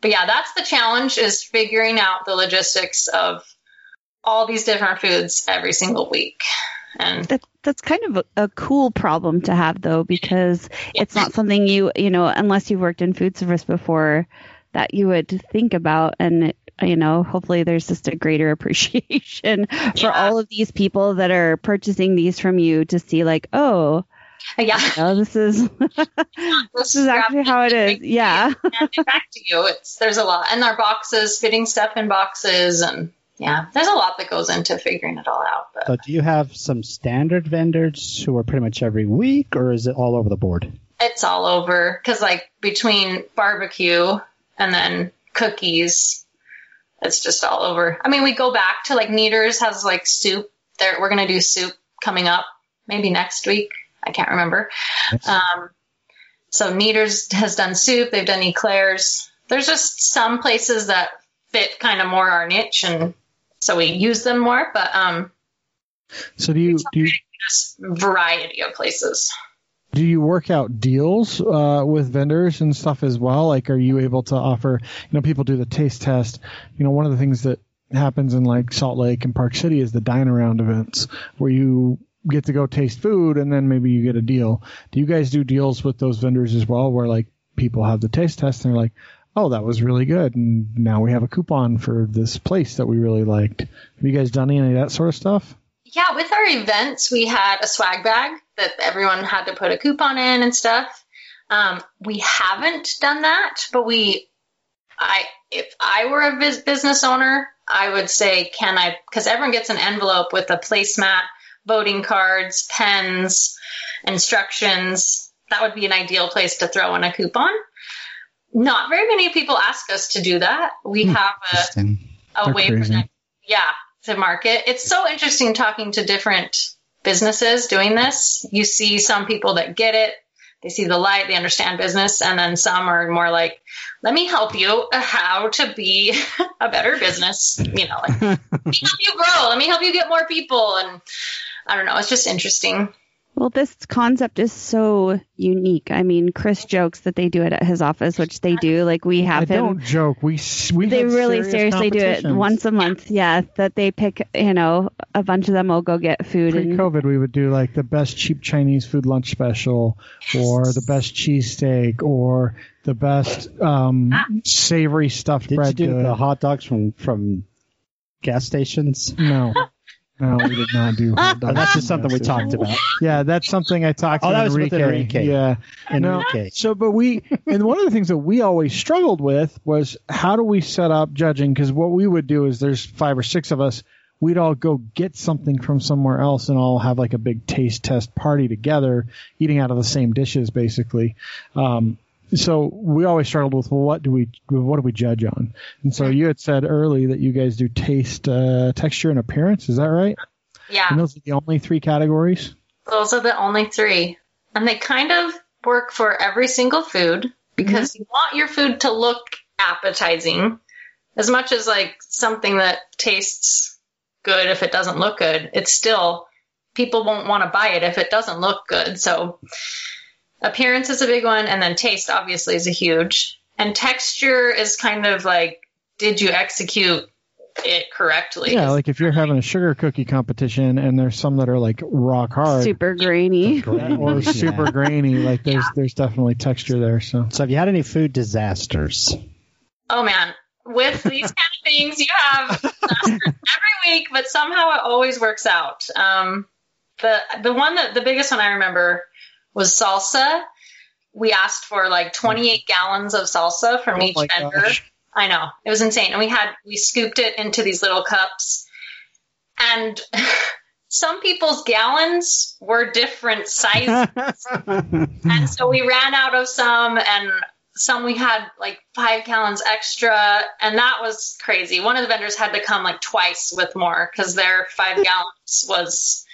F: But yeah, that's the challenge is figuring out the logistics of all these different foods every single week. And
C: That, that's kind of a, a cool problem to have, though, because it's not something you, you know, unless you've worked in food service before, that you would think about. And, it, you know, hopefully there's just a greater appreciation for
F: Yeah.
C: all of these people that are purchasing these from you to see, like, oh,
F: yeah.
C: you know, this is this is actually how it is. Yeah.
F: hand it back to you. It's there's a lot, and our boxes, fitting stuff in boxes, and yeah, there's a lot that goes into figuring it all out. But
D: So do you have some standard vendors who are pretty much every week, or is it all over the board?
F: it's all over because like between barbecue and then cookies, it's just all over. I mean, we go back to like Neaters has like soup. There, we're gonna do soup coming up maybe next week. I can't remember.
D: Uh,
F: Um, so Neaters has done soup. They've done eclairs. There's just some places that fit kind of more our niche, and so we use them more. But um,
B: So do you do you,
F: just variety of places.
B: do you work out deals uh, with vendors and stuff as well? Like, are you able to offer? You know, people do the taste test. You know, one of the things that happens in like Salt Lake and Park City is the dine around events where you get to go taste food and then maybe you get a deal. Do you guys do deals with those vendors as well, where like people have the taste test and they're like, "Oh, that was really good," and now we have a coupon for this place that we really liked. Have you guys done any of that sort of stuff?
F: Yeah, with our events, we had a swag bag that everyone had to put a coupon in and stuff. Um, we haven't done that, but we, I, if I were a bus- business owner, I would say, can I? Because everyone gets an envelope with a placemat, voting cards, pens, instructions. That would be an ideal place to throw in a coupon. Not very many people ask us to do that. We have a
D: Interesting.
F: a
B: They're
F: way
B: crazy.
F: for them, yeah, to market. It's so interesting talking to different businesses doing this. You see some people that get it, they see the light, they understand business, and then some are more like, "Let me help you uh, how to be a better business." You know, like, let me help you grow. Let me help you get more people, and I don't know. It's just interesting.
C: Well, this concept is so unique. I mean, Chris jokes that they do it at his office, which they do. Like we have
B: I
C: him.
B: don't joke. We s- we
C: they
B: had
C: really
B: serious
C: seriously do it
B: competitions.
C: once a month. Yeah, that they pick, you know, a bunch of them will go get food and
B: Pre-COVID, we would do like the best cheap Chinese food lunch special, or the best cheesesteak, or the best um, savory stuffed
D: Did
B: bread.
D: you do
B: good.
D: the hot dogs from from gas stations?
B: No, no, we did not do hot
D: Or
B: dogs.
D: that's just something we talked about.
B: Yeah, that's something I talked
D: Oh,
B: to
D: that was with
B: Enrique.
D: Enrique.
B: Yeah, no,
D: Enrique.
B: So, but we and one of the things that we always struggled with was how do we set up judging? Because what we would do is there's five or six of us. We'd all go get something from somewhere else and all have like a big taste test party together, eating out of the same dishes basically. Um, so we always struggled with well, what do we what do we judge on? And so you had said early that you guys do taste, uh, texture, and appearance. Is that right? And
F: Yeah,
B: those are the only three categories.
F: those are the only three. And they kind of work for every single food because you want your food to look appetizing as much as like something that tastes good if it doesn't look good. It's still, people won't want to buy it if it doesn't look good. So appearance is a big one. And then taste, obviously, is a huge. And texture is kind of like, did you execute it correctly?
B: Yeah, like if you're having a sugar cookie competition and there's some that are like rock hard
C: super grainy.
B: or
D: Yeah.
B: super grainy, like there's there's definitely texture there. So
D: So have you had any food disasters?
F: Oh man, with these kind of things, you have every week, but somehow it always works out. Um, the the one that the biggest one I remember was salsa. We asked for like 28 gallons of salsa from each
B: Oh my
F: vendor.
B: gosh.
F: I know it was insane, and we had we scooped it into these little cups, and some people's gallons were different sizes.
C: Hmm.
F: And so we ran out of some, and some we had like five gallons extra, and that was crazy. One of the vendors had to come like twice with more because their five gallons was,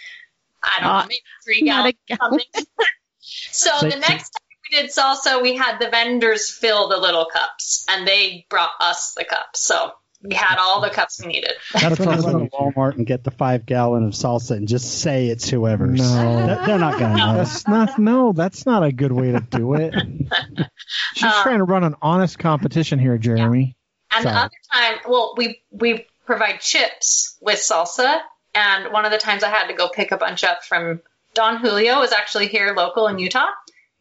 F: I don't know,
C: Not-
F: maybe three
C: not
F: gallons.
C: a
F: something. so
D: So-
F: the next time we did salsa, we had the vendors fill the little cups, and they brought us the cups. So we had all the cups we needed.
D: That's when I
B: what
D: go
B: we
D: to
B: do.
D: Walmart and get the five gallon of salsa and just say it's whoever's.
B: No.
D: They're- They're not going to know.
B: that's not no, that's not a good way to do it. She's
F: Uh,
B: trying to run an honest competition here, Jeremy.
F: And the
D: Salad.
F: other time, well, we we provide chips with salsa. And one of the times I had to go pick a bunch up from Don Julio is actually here local in Utah.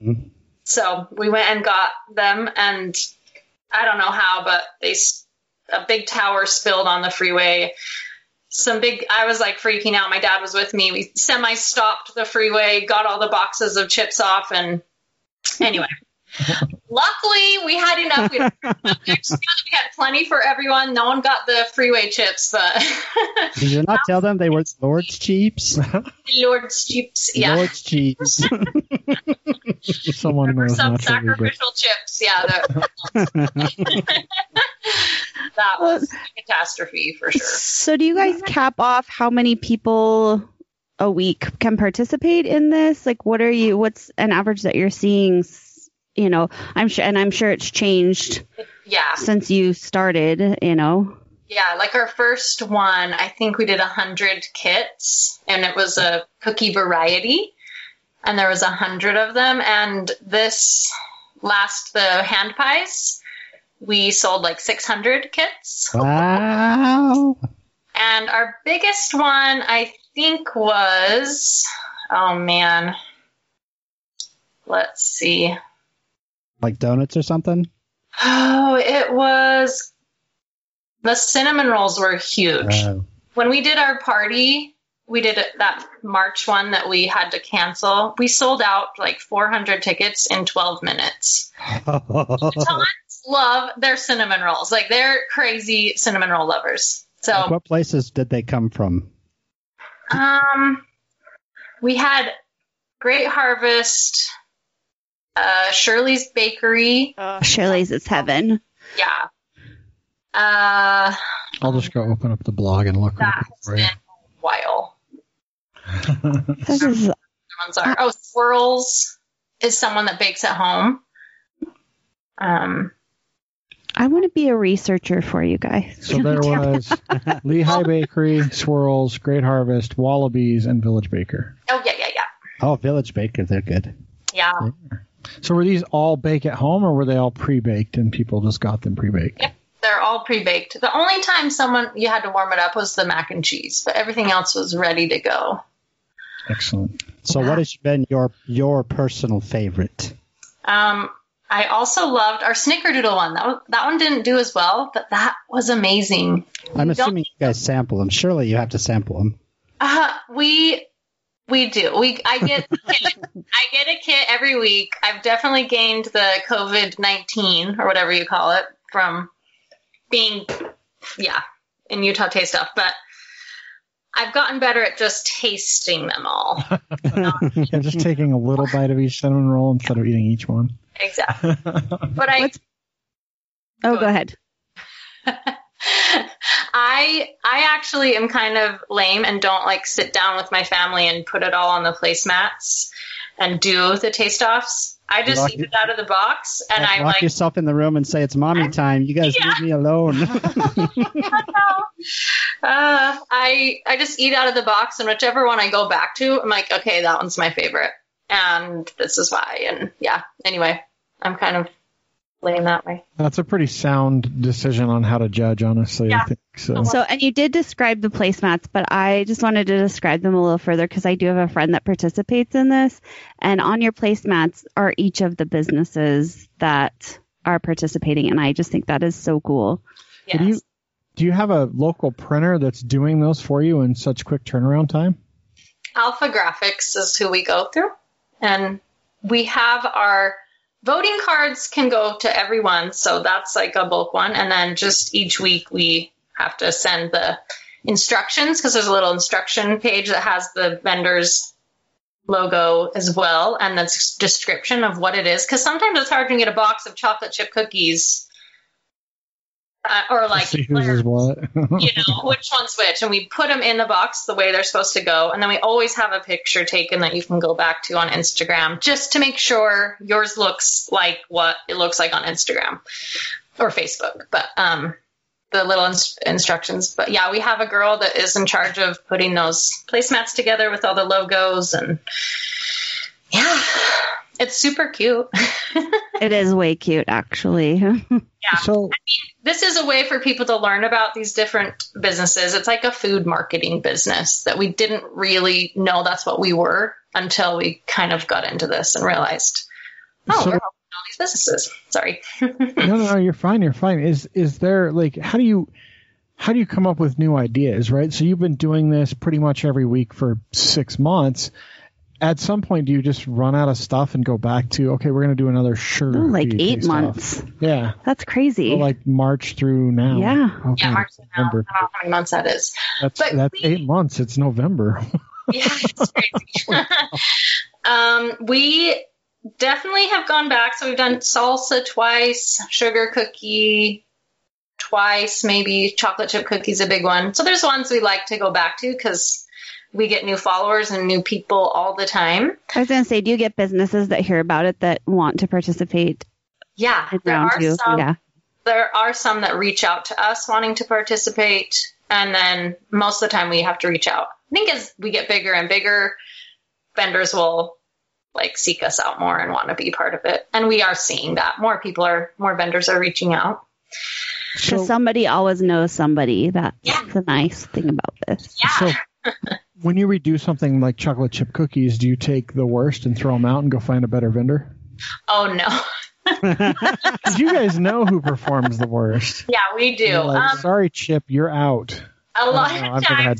D: Mhm.
F: So we went and got them, and I don't know how, but they s- a big tower spilled on the freeway. Some big, I was like freaking out. My dad was with me. We semi stopped the freeway, got all the boxes of chips off, and anyway, luckily we had enough. We had we had plenty for everyone. No one got the freeway chips, but
D: Did you not tell them they were Lord's Jeeps?
F: Lord's chips. Yeah.
D: Lord's Jeeps.
B: Someone
F: Or
B: knows
F: some
B: naturally, but
F: sacrificial chips, yeah. That, that was a catastrophe for sure.
C: So, do you guys cap off how many people a week can participate in this? Like, what are you? What's an average that you're seeing? s- You know, I'm sure, and I'm sure it's changed
F: Yeah,
C: since you started. You know,
F: yeah. Like our first one, I think we did a hundred kits, and it was a cookie variety, and there was a hundred of them. And this last, the hand pies, we sold like six hundred kits.
D: wow.
F: And our biggest one, I think, was oh man, let's see.
D: Like donuts or something?
F: Oh, it was the cinnamon rolls were huge.
D: Wow.
F: When we did our party, we did it- that March one that we had to cancel. We sold out like 400 tickets in 12 minutes.
B: Uh-huh.
F: Love their cinnamon rolls. Like they're crazy cinnamon roll lovers. So
D: Like, what places did they come from?
F: Um, we had Great Harvest, uh, Shirley's Bakery.
C: Uh. Shirley's is heaven.
F: Yeah. Uh,
B: I'll just go open up the blog and look real
F: that's
B: quick for
F: been
B: you.
F: a while.
C: This is
F: The ones are oh, Swirls is someone that bakes at home. Um,
C: I want to be a researcher for you guys.
B: So there was Lehigh Bakery, Swirls, Great Harvest, Wallabies, and Village Baker.
F: oh yeah, yeah, yeah.
D: Oh, Village Baker, they're good.
F: Yeah.
B: So were these all bake at home, or were they all pre-baked and people just got them pre-baked?
F: Yep. They're all pre-baked. The only time someone you had to warm it up was the mac and cheese, but everything else was ready to go.
B: Excellent.
D: So, what has been your your personal favorite?
F: Um, I also loved our snickerdoodle one. That, was, that one didn't do as well, but that was amazing.
D: I'm
F: don't-
D: assuming you guys sample them. Surely you have to sample them.
F: Uh, we we do. We I get the kit. I get a kit every week. I've definitely gained the COVID nineteen or whatever you call it from being yeah in Utah taste stuff, but. I've gotten better at just tasting them all.
B: Yeah, just taking a little bite of each cinnamon roll instead of eating each one.
F: Exactly. But I
C: What's- Oh, go ahead.
F: I I actually am kind of lame and don't like sit down with my family and put it all on the placemats and do the taste offs. I just
D: Lock
F: eat it out of the box and
D: Like,
F: I
D: lock
F: like
D: yourself in the room and say it's mommy time. You guys
F: Yeah.
D: leave me alone.
F: uh, I I just eat out of the box and whichever one I go back to, I'm like, okay, that one's my favorite. And this is why and yeah. Anyway, I'm kind of lame that way.
B: That's a pretty sound decision on how to judge, honestly. I
F: Yeah. Oh,
B: think so.
C: So, and you did describe the placemats, but I just wanted to describe them a little further because I do have a friend that participates in this. And on your placemats are each of the businesses that are participating, and I just think that is so cool.
F: Yes.
B: do you- Do you have a local printer that's doing those for you in such quick turnaround time?
F: Alpha Graphics is who we go through. And we have our voting cards can go to everyone. So that's like a bulk one. And then just each week we have to send the instructions because there's a little instruction page that has the vendor's logo as well and the s- description of what it is. Because sometimes it's hard to get a box of chocolate chip cookies. Uh, or like
B: see whose is what.
F: you know which one's which and we put them in the box the way they're supposed to go and then we always have a picture taken that you can go back to on instagram just to make sure yours looks like what it looks like on instagram or facebook but um the little inst- instructions but yeah we have a girl that is in charge of putting those placemats together with all the logos and yeah it's super cute
C: It is way cute, actually.
B: so
F: this is a way for people to learn about these different businesses. It's like a food marketing business that we didn't really know that's what we were until we kind of got into this and realized, oh,
B: So-
F: we're helping all these businesses. Sorry.
B: no, no, no, you're fine. You're fine. Is is there like how do you how do you come up with new ideas, right? So you've been doing this pretty much every week for six months. At some point, do you just run out of stuff and go back to okay, we're going to do another sure?
C: like
B: do you
C: eight
B: taste off?
C: months.
B: Yeah,
C: That's crazy.
B: so like March through now.
C: Yeah.
B: okay.
F: yeah, March now. I don't know
B: November.
F: how many months that is.
B: That's
F: But
B: that's
F: we-
B: eight months. It's November.
F: Yeah, it's crazy. um, we definitely have gone back. So we've done salsa twice, sugar cookie twice, maybe chocolate chip cookies a big one. So there's ones we like to go back to because we get new followers and new people all the time.
C: I was going to say, do you get businesses that hear about it that want to participate
F: Yeah,
C: in
F: there
C: round
F: are
C: two?
F: some
C: yeah.
F: there are some that reach out to us wanting to participate, and then most of the time we have to reach out. I think as we get bigger and bigger, vendors will like seek us out more and want to be part of it. And we are seeing that more people are more vendors are reaching out.
C: Because somebody always knows somebody. That's
F: Yeah.
C: the nice thing about this.
F: Yeah.
B: So when you redo something like chocolate chip cookies, do you take the worst and throw them out and go find a better vendor?
F: oh no.
B: 'Cause you guys know who performs the worst.
F: Yeah, we do.
B: You're like,
F: um,
B: Sorry, Chip, you're out.
F: a
B: Oh,
F: lot
B: no,
F: of
B: I've never had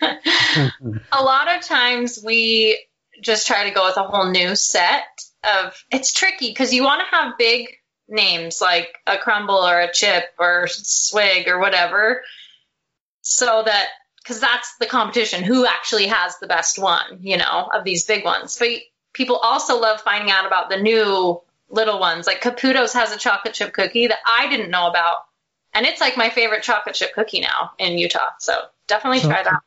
B: Chip.
F: a lot of times we just try to go with a whole new set of it's tricky because you want to have big names like a crumble or a chip or swig or whatever so that because that's the competition who actually has the best one you know of these big ones but people also love finding out about the new little ones like caputo's has a chocolate chip cookie that i didn't know about and it's like my favorite chocolate chip cookie now in utah so definitely
B: So-
F: try that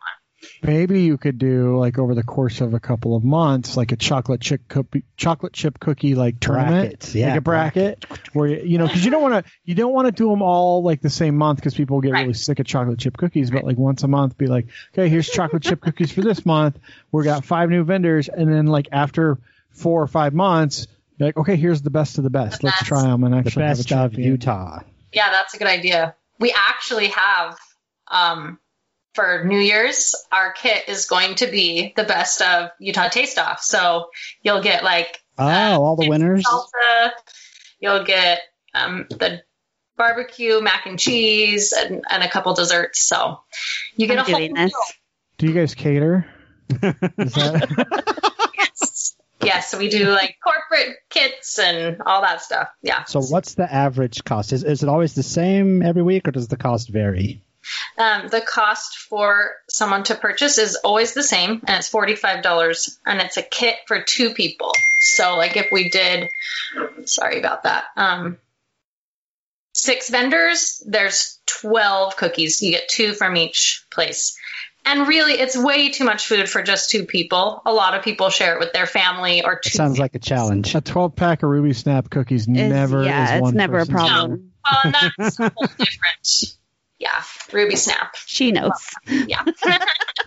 B: Maybe you could do like over the course of a couple of months, like a chocolate chip cookie, chocolate chip cookie like tournament,
D: Brackets, yeah,
B: like a bracket, where you, you know because you don't want to you don't want to do them all like the same month because people get
F: Right.
B: really sick of chocolate chip cookies. But like once a month, be like, okay, here's chocolate chip cookies for this month. We got five new vendors, and then like after four or five months, you're like okay, here's the best of the best. Let's
F: best.
B: try them and
D: The
B: actually have a
D: best of
B: champion.
D: Utah.
F: Yeah, that's a good idea. We actually have um, for New Year's, our kit is going to be the best of Utah Taste Off. So you'll get like
D: Oh, all the winners.
F: salsa, you'll get um, the barbecue mac and cheese and, and a couple desserts. So you get
C: I'm
F: a whole
C: doing this.
F: meal.
B: Do you guys cater? Is that-
F: Yes. yes, we do like corporate kits and all that stuff. Yeah.
D: So what's the average cost? Is, is it always the same every week or does the cost vary?
F: Um, the cost for someone to purchase is always the same, and it's $45, and it's a kit for two people. So, like, if we did, sorry about that, um, six vendors, there's 12 cookies. You get two from each place. And really, it's way too much food for just two people. A lot of people share it with their family or two.
D: It sounds like a challenge.
B: A 12 pack of Ruby Snap cookies never
C: yeah,
B: is
C: it's
B: one
C: never a
B: person's-
C: problem.
F: well, and that's a whole different. Yeah, Ruby Snap.
C: She knows.
F: Yeah.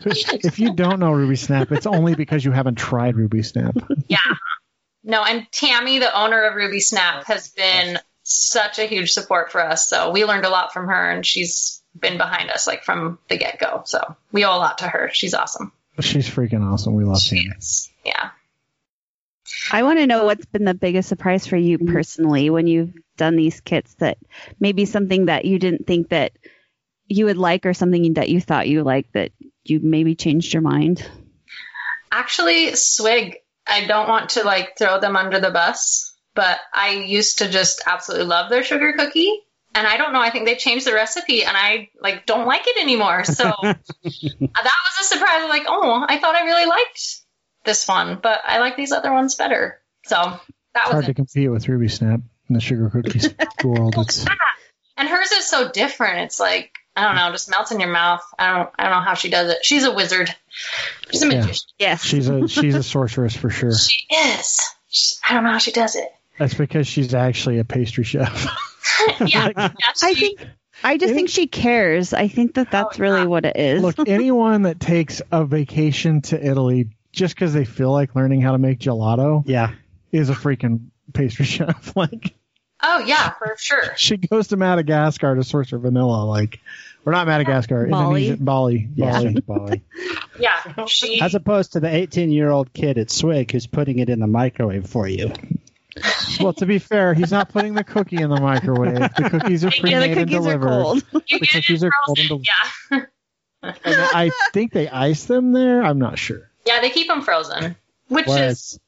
B: if you don't know Ruby Snap, it's only because you haven't tried Ruby Snap.
F: Yeah. No, and Tammy, the owner of Ruby Snap, has been such a huge support for us. So we learned a lot from her, and she's been behind us like from the get go. So we owe a lot to her. She's awesome.
B: She's freaking awesome. We love
F: She
B: Tammy.
F: is. Yeah.
C: I want to know what's been the biggest surprise for you personally when you've done these kits that maybe something that you didn't think that you would like or something that you thought you liked that you maybe changed your mind.
F: Actually, Swig, I don't want to like throw them under the bus, but I used to just absolutely love their sugar cookie. And I don't know, I think they changed the recipe and I like don't like it anymore. So that was a surprise. I'm like, oh, I thought I really liked this one, but I like these other ones better. So that
B: It's
F: was
B: hard to
F: it.
B: compete with Ruby Snap in the sugar cookies world. It's,
F: And hers is so different. It's like, I don't know, just melts in your mouth. I don't I don't know how she does it. She's a wizard. She's a
B: Yeah.
F: magician.
C: Yes.
B: she's a she's a sorceress for sure.
F: She is. She, I don't know how she does it.
B: That's because she's actually a pastry chef.
F: yeah. yeah
C: I
F: she-
C: think I just think she cares. I think that that's really what it is.
B: Oh, Look, anyone that takes a vacation to Italy just because they feel like learning how to make gelato
D: Yeah.
B: is a freaking pastry chef. Like
F: Oh yeah, for sure.
B: she goes to Madagascar to source her vanilla. Like, or not Madagascar,
C: Bali.
B: Indonesia, Bali,
D: Yeah.
B: Bali.
D: Bali.
F: Yeah, she.
D: As opposed to the 18 year old kid at Swig who's putting it in the microwave for you.
B: Well, to be fair, he's not putting the cookie in the microwave. The cookies are pre-made
C: yeah, the
B: and
C: cookies are
B: delivered.
C: cold.
F: you
B: The
F: get it
B: cookies are cold and
F: frozen.
B: delivered.
F: Yeah,
B: And I think they ice them there. I'm not sure.
F: yeah, they keep them frozen, which is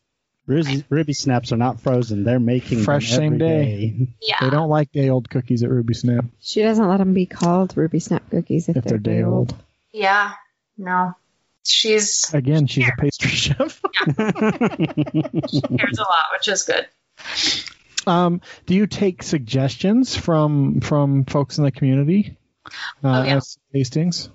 D: Whereas Ruby, Ruby Snaps are not frozen. They're making them
B: Fresh
D: every
B: same day.
F: yeah.
B: They don't like day old cookies at Ruby Snap
E: She doesn't let them be called Ruby Snap cookies if,
B: if they're day old.
F: Yeah, no, she's
B: Again, she's a pastry chef.
F: she cares a lot, which is good.
B: Um, do you take suggestions from from folks in the community uh,
F: Oh, yeah.
B: as tastings?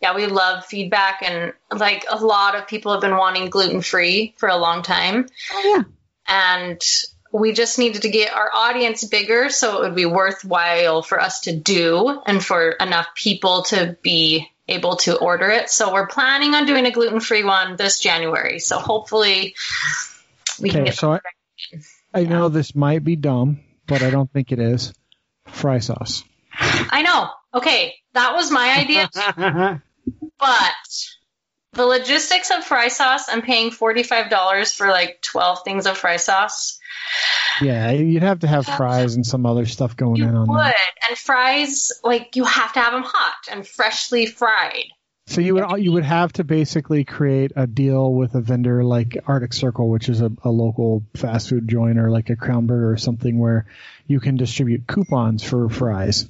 F: Yeah, we love feedback, and like a lot of people have been wanting gluten free for a long time,
C: Oh, yeah.
F: and we just needed to get our audience bigger so it would be worthwhile for us to do and for enough people to be able to order it. So we're planning on doing a gluten free one this January. So hopefully we can
B: Okay,
F: get
B: so I, I know this might be dumb, but I don't think it is. Fry sauce.
F: I know. Okay, that was my idea,
D: day.
F: but the logistics of fry sauce and paying forty-five dollars for like twelve things of fry sauce,
B: Yeah, you'd have to have fries and some other stuff going
F: you
B: in on
F: would.
B: that.
F: And fries, like you have to have them hot and freshly fried.
B: So you would you would have to basically create a deal with a vendor like Arctic Circle, which is a, a local fast food joint or like a Crown Burger or something, where you can distribute coupons for fries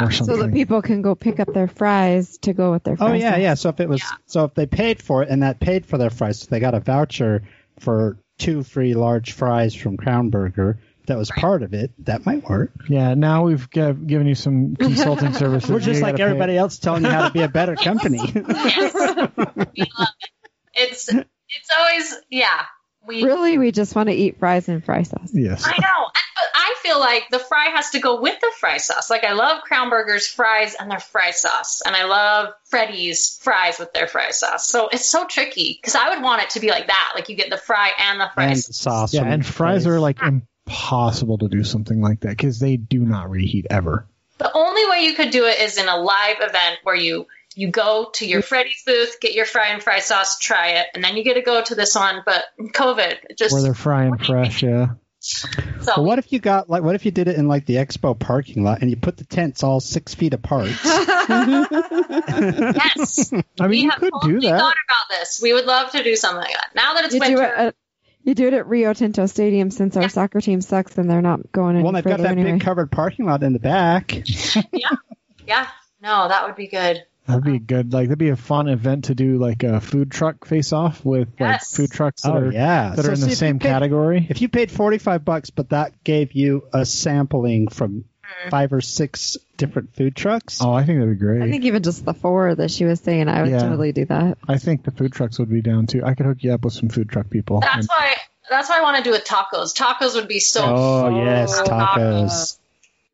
B: or
E: So
B: something.
E: that people can go pick up their fries to go with their fries.
D: Oh yeah, yeah. So if it was,
F: Yeah.
D: so if they paid for it and that paid for their fries, so they got a voucher for two free large fries from Crown Burger, that was part of it, that might work.
B: Yeah, now we've g- given you some consulting services.
D: We're just
B: You
D: like
B: gotta pay-
D: everybody else telling you how to be a better company.
F: It's it's always yeah. We
E: Really, we just want to eat fries and fry sauce.
B: Yes.
F: I know. I, I feel like the fry has to go with the fry sauce. Like I love Crown Burger's fries and their fry sauce, and I love Freddy's fries with their fry sauce. So it's so tricky because I would want it to be like that. Like you get the fry and the fry
D: and the
F: sauce.
D: sauce.
B: Yeah,
D: from
B: and
D: the
B: fries
D: place.
B: are like impossible to do something like that because they do not reheat ever.
F: The only way you could do it is in a live event where you you go to your Freddy's booth, get your fry and fry sauce, try it, and then you get to go to this one. But COVID, it just
B: Where they're frying fresh, yeah.
F: so
D: But what if you got like what if you did it in like the expo parking lot and you put the tents all six feet apart?
F: yes.
B: I mean,
F: we
B: you
F: have
B: could do
F: totally
B: that.
F: thought about this. We would love to do something like that. Now that it's
E: You do
F: winter,
E: it. At, you do it at Rio Tinto Stadium since our soccer team sucks and they're not going any
D: well, they've got
E: further
D: that
E: anyway.
D: big covered parking lot in the back.
F: yeah, no, that would be good.
B: That'd be good. Like, that'd be a fun event to do, like a food truck face off with
F: Yes.
B: like food trucks that
D: Oh,
B: are
D: yeah.
B: that
D: So
B: are in
D: see, if
B: the
D: you
B: same
D: pick-
B: category.
D: If you paid forty five bucks, but that gave you a sampling from
F: Mm-hmm.
D: five or six different food trucks,
B: Oh, I think that'd be great.
E: I think even just the four that she was saying, I would
B: Yeah.
E: totally do that.
B: the food trucks would be down too. I could hook you up with some food truck people.
F: That's
B: And-
F: why. That's why I want to do with tacos. Tacos would be so.
D: Oh, yes, tacos.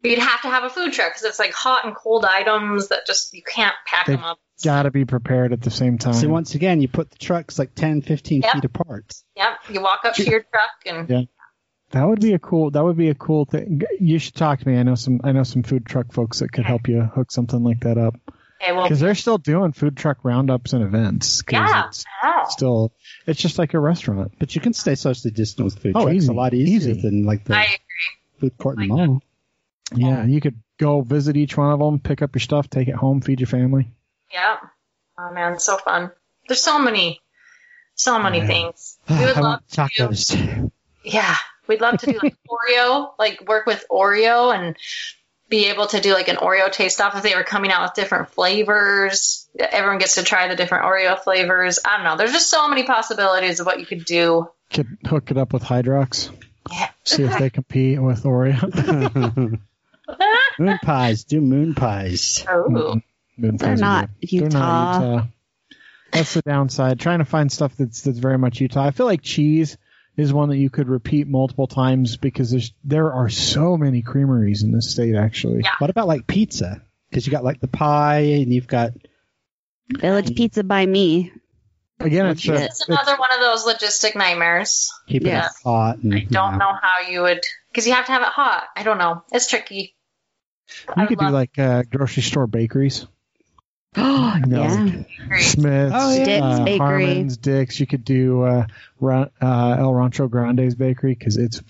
F: We'd have to have a food truck because it's like hot and cold items that just you can't pack
B: They-
F: them up.
B: Gotta be prepared at the same time.
D: so once again you put the trucks like 10, 15
F: Yep.
D: feet apart.
F: Yep, you walk up to your truck and
B: Yeah. That would be a cool. That would be a cool thing. You should talk to me. I know some. I know some food truck folks that could help you hook something like that up
F: okay, well,
B: because they're still doing food truck roundups and events. 'cause
F: yeah,
B: it's
F: wow.
B: still it's just like a restaurant.
D: But you can stay socially distant with food
B: Oh,
D: trucks
B: easy,
D: a lot easier
B: easy.
D: than like the
F: I
D: food court in the mall.
B: Yeah, you could go visit each one of them, pick up your stuff, take it home, feed your family.
F: yeah. Oh man, it's so fun. There's so many, so many
D: Yeah.
F: things. We would
D: I
F: love
D: want
F: to do.
D: tacos.
F: Yeah, we'd love to do like Oreo, like work with Oreo and be able to do like an Oreo taste off if they were coming out with different flavors. Everyone gets to try the different Oreo flavors. I don't know. There's just so many possibilities of what you could do.
B: Could hook it up with Hydrox,
F: Yeah.
B: see if they compete with Oreo.
D: moon pies, do moon pies.
B: Mm-hmm.
F: oh,
C: They're not
B: They're not
C: Utah.
B: Utah. That's the downside. Trying to find stuff that's that's very much Utah. I feel like cheese is one that you could repeat multiple times because there's there are so many creameries in this state. Actually,
F: Yeah.
D: What about like pizza? Because you got like the pie and you've got
C: Village Pizza by me.
B: again, it's, a,
F: it's another one of those logistic nightmares.
D: keep it
C: Yeah.
D: hot. And,
B: Mm-hmm.
F: I don't know how you would, because you have to have it hot. I don't know. It's tricky.
B: it's-
F: I
B: you could do
F: love-
B: like uh, grocery store bakeries.
C: Oh,
B: No.
C: yeah.
F: Great.
B: Smith's,
D: Oh, yeah.
C: Dick's
B: uh,
C: Bakery.
B: Harmon's, Dick's. You could do uh, Ra- uh, El Rancho Grande's bakery because it's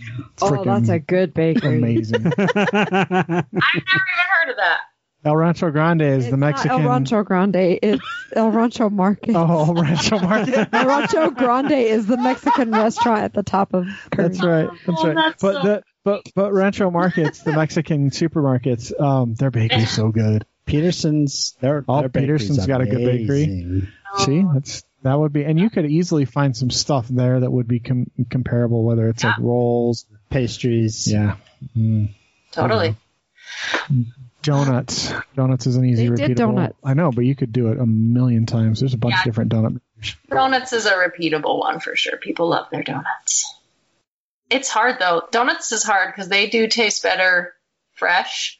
E: Oh, that's a
B: freaking
E: good bakery.
B: amazing.
F: I've never even heard of that.
B: El Rancho Grande is
E: It's
B: the
E: not
B: Mexican.
E: El Rancho Grande. It's El Rancho Market.
B: Oh, El Rancho Market.
E: El Rancho Grande is the Mexican restaurant at the top of Curry.
B: That's right. That's
F: Oh,
B: right.
F: that's
B: but
F: so-
B: the but but Rancho Markets, the Mexican supermarkets, um, their bakery's so good.
D: Peterson's. Their,
B: Oh,
D: their bakery's
B: Peterson's got a good bakery.
D: amazing.
F: Oh.
B: See, that's that would be, and you could easily find some stuff there that would be com- comparable, whether it's like rolls,
D: Pastries.
B: yeah, Mm.
F: Totally.
B: donuts. Donuts is an easy
E: They did
B: repeatable.
E: donuts.
B: I know, but you could do it a million times. There's a bunch
F: Yeah.
B: of different donut. makers.
F: Donuts is a repeatable one for sure. People love their donuts. It's hard though. Donuts is hard because they do taste better fresh.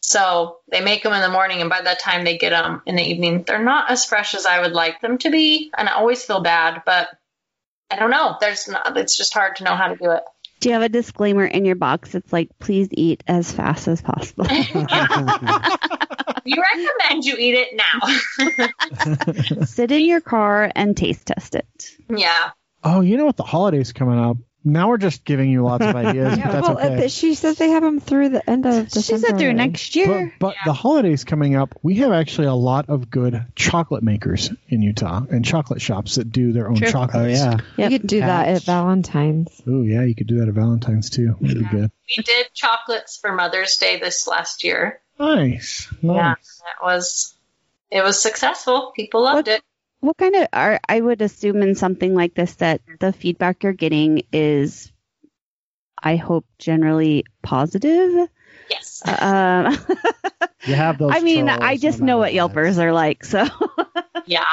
F: So they make them in the morning, and by the time they get them in the evening, they're not as fresh as I would like them to be. And I always feel bad, but I don't know. There's not, it's just hard to know how to do it.
C: Do you have a disclaimer in your box? It's like, please eat as fast as possible.
F: We recommend you eat it now.
C: Sit in your car and taste test it.
F: yeah.
B: Oh, you know what? The holidays coming up. Now we're just giving you lots of ideas, but that's
E: well,
B: okay.
E: uh, th- she says they have them through the end of
C: She
E: December.
C: said through
E: already.
C: next
B: But,
C: year.
B: but the holidays coming up, we have actually a lot of good chocolate makers in Utah and chocolate shops that do their own
C: True.
B: chocolates.
D: Oh yeah.
C: Yep.
E: You could do that at
B: Ouch.
E: Valentine's.
B: Oh yeah, you could do that at Valentine's too. That'd be good.
F: We did chocolates for Mother's Day this last year.
B: Nice.
F: Yeah.
B: nice.
F: That was, it was successful. People loved it.
C: What kind of are I would assume in something like this that the feedback you're getting is I hope generally positive.
F: Yes.
C: Um,
D: You have those.
C: I mean,
D: trolls,
C: I
D: no
C: just know what
D: matter
C: Yelpers are like. So,
F: yeah.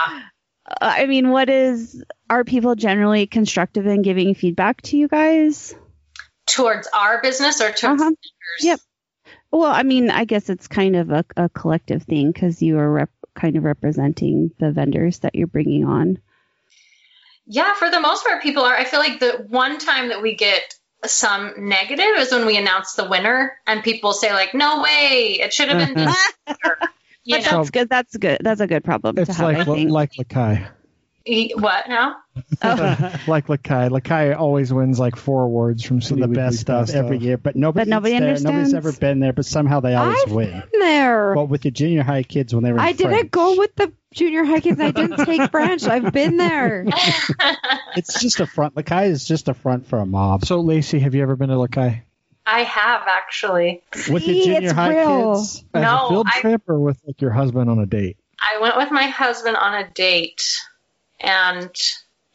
C: I mean, what is, are people generally constructive in giving feedback to you guys?
F: Towards our business or towards
C: Uh-huh.
F: vendors?
C: Yep. Well, I mean, I guess it's kind of a, a collective thing because you are rep- kind of representing the vendors that you're bringing on.
F: Yeah, for the most part, people are. I feel like the one time that we get some negative is when we announce the winner, and people say like, "No way, it should have been this." year." You
C: Uh-huh. But
F: know
C: that's good. That's good. That's a good problem to
B: It's
C: have. I
B: like
C: think. Oh,
B: like Lakai,
F: E- what now?
B: like Lakai. Lakai always wins like four awards from
D: Some
B: City
D: of the
B: Weekly
D: best stuff every year, but nobody.
C: But nobody
D: there, Nobody's
C: understands.
D: ever been there, but somehow they always
E: I've
D: win.
E: been there.
D: Well, with the junior high kids when they were. In
E: I didn't
D: French.
E: go with the junior high kids. I didn't take branch. I've been there.
D: It's just a front. Lakai is just a front for a mob.
B: So, Lacey, have you ever been to Lakai?
F: I have actually.
D: with the
E: See,
D: junior
E: it's
D: high
E: real.
D: kids,
B: As
F: No,
B: a field
F: I-
B: trip or with like your husband on a date?
F: I went with my husband on a date, and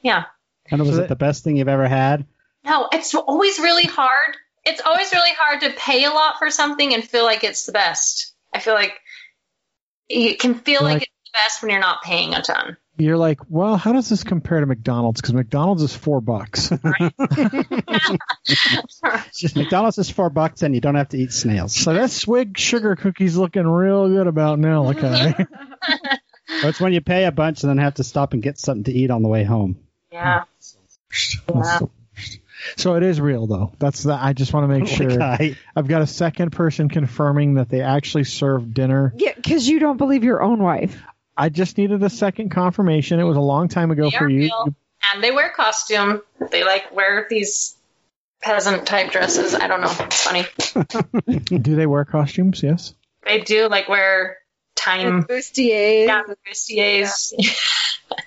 F: yeah,
D: and was
B: So
D: it the best thing you've ever had?
F: no, it's always really hard. It's always really hard to pay a lot for something and feel like it's the best. I feel like you can feel
B: Like-
F: like it's the best when you're not paying a ton.
B: You're like, well, how does this compare to McDonald's? Because McDonald's is four bucks.
D: McDonald's is four bucks, and you don't have to eat snails.
B: so that swig sugar cookie's looking real good about now, Lakai.
D: Or it's when you pay a bunch and then have to stop and get something to eat on the way home.
F: Yeah. Yeah.
B: so it is real though. That's the, I just
D: Oh
B: want to make sure.
D: Lakai.
B: I've got a second person confirming that they actually served dinner.
E: Yeah, because you don't believe your own wife.
B: I just needed a second confirmation. It was a long time ago
F: They
B: for
F: are
B: you.
F: real, and they wear costume. They like wear these peasant type dresses. I don't know. It's funny.
B: Do they wear costumes? Yes.
F: They do like wear time
E: bustiers.
F: yeah, bustiers.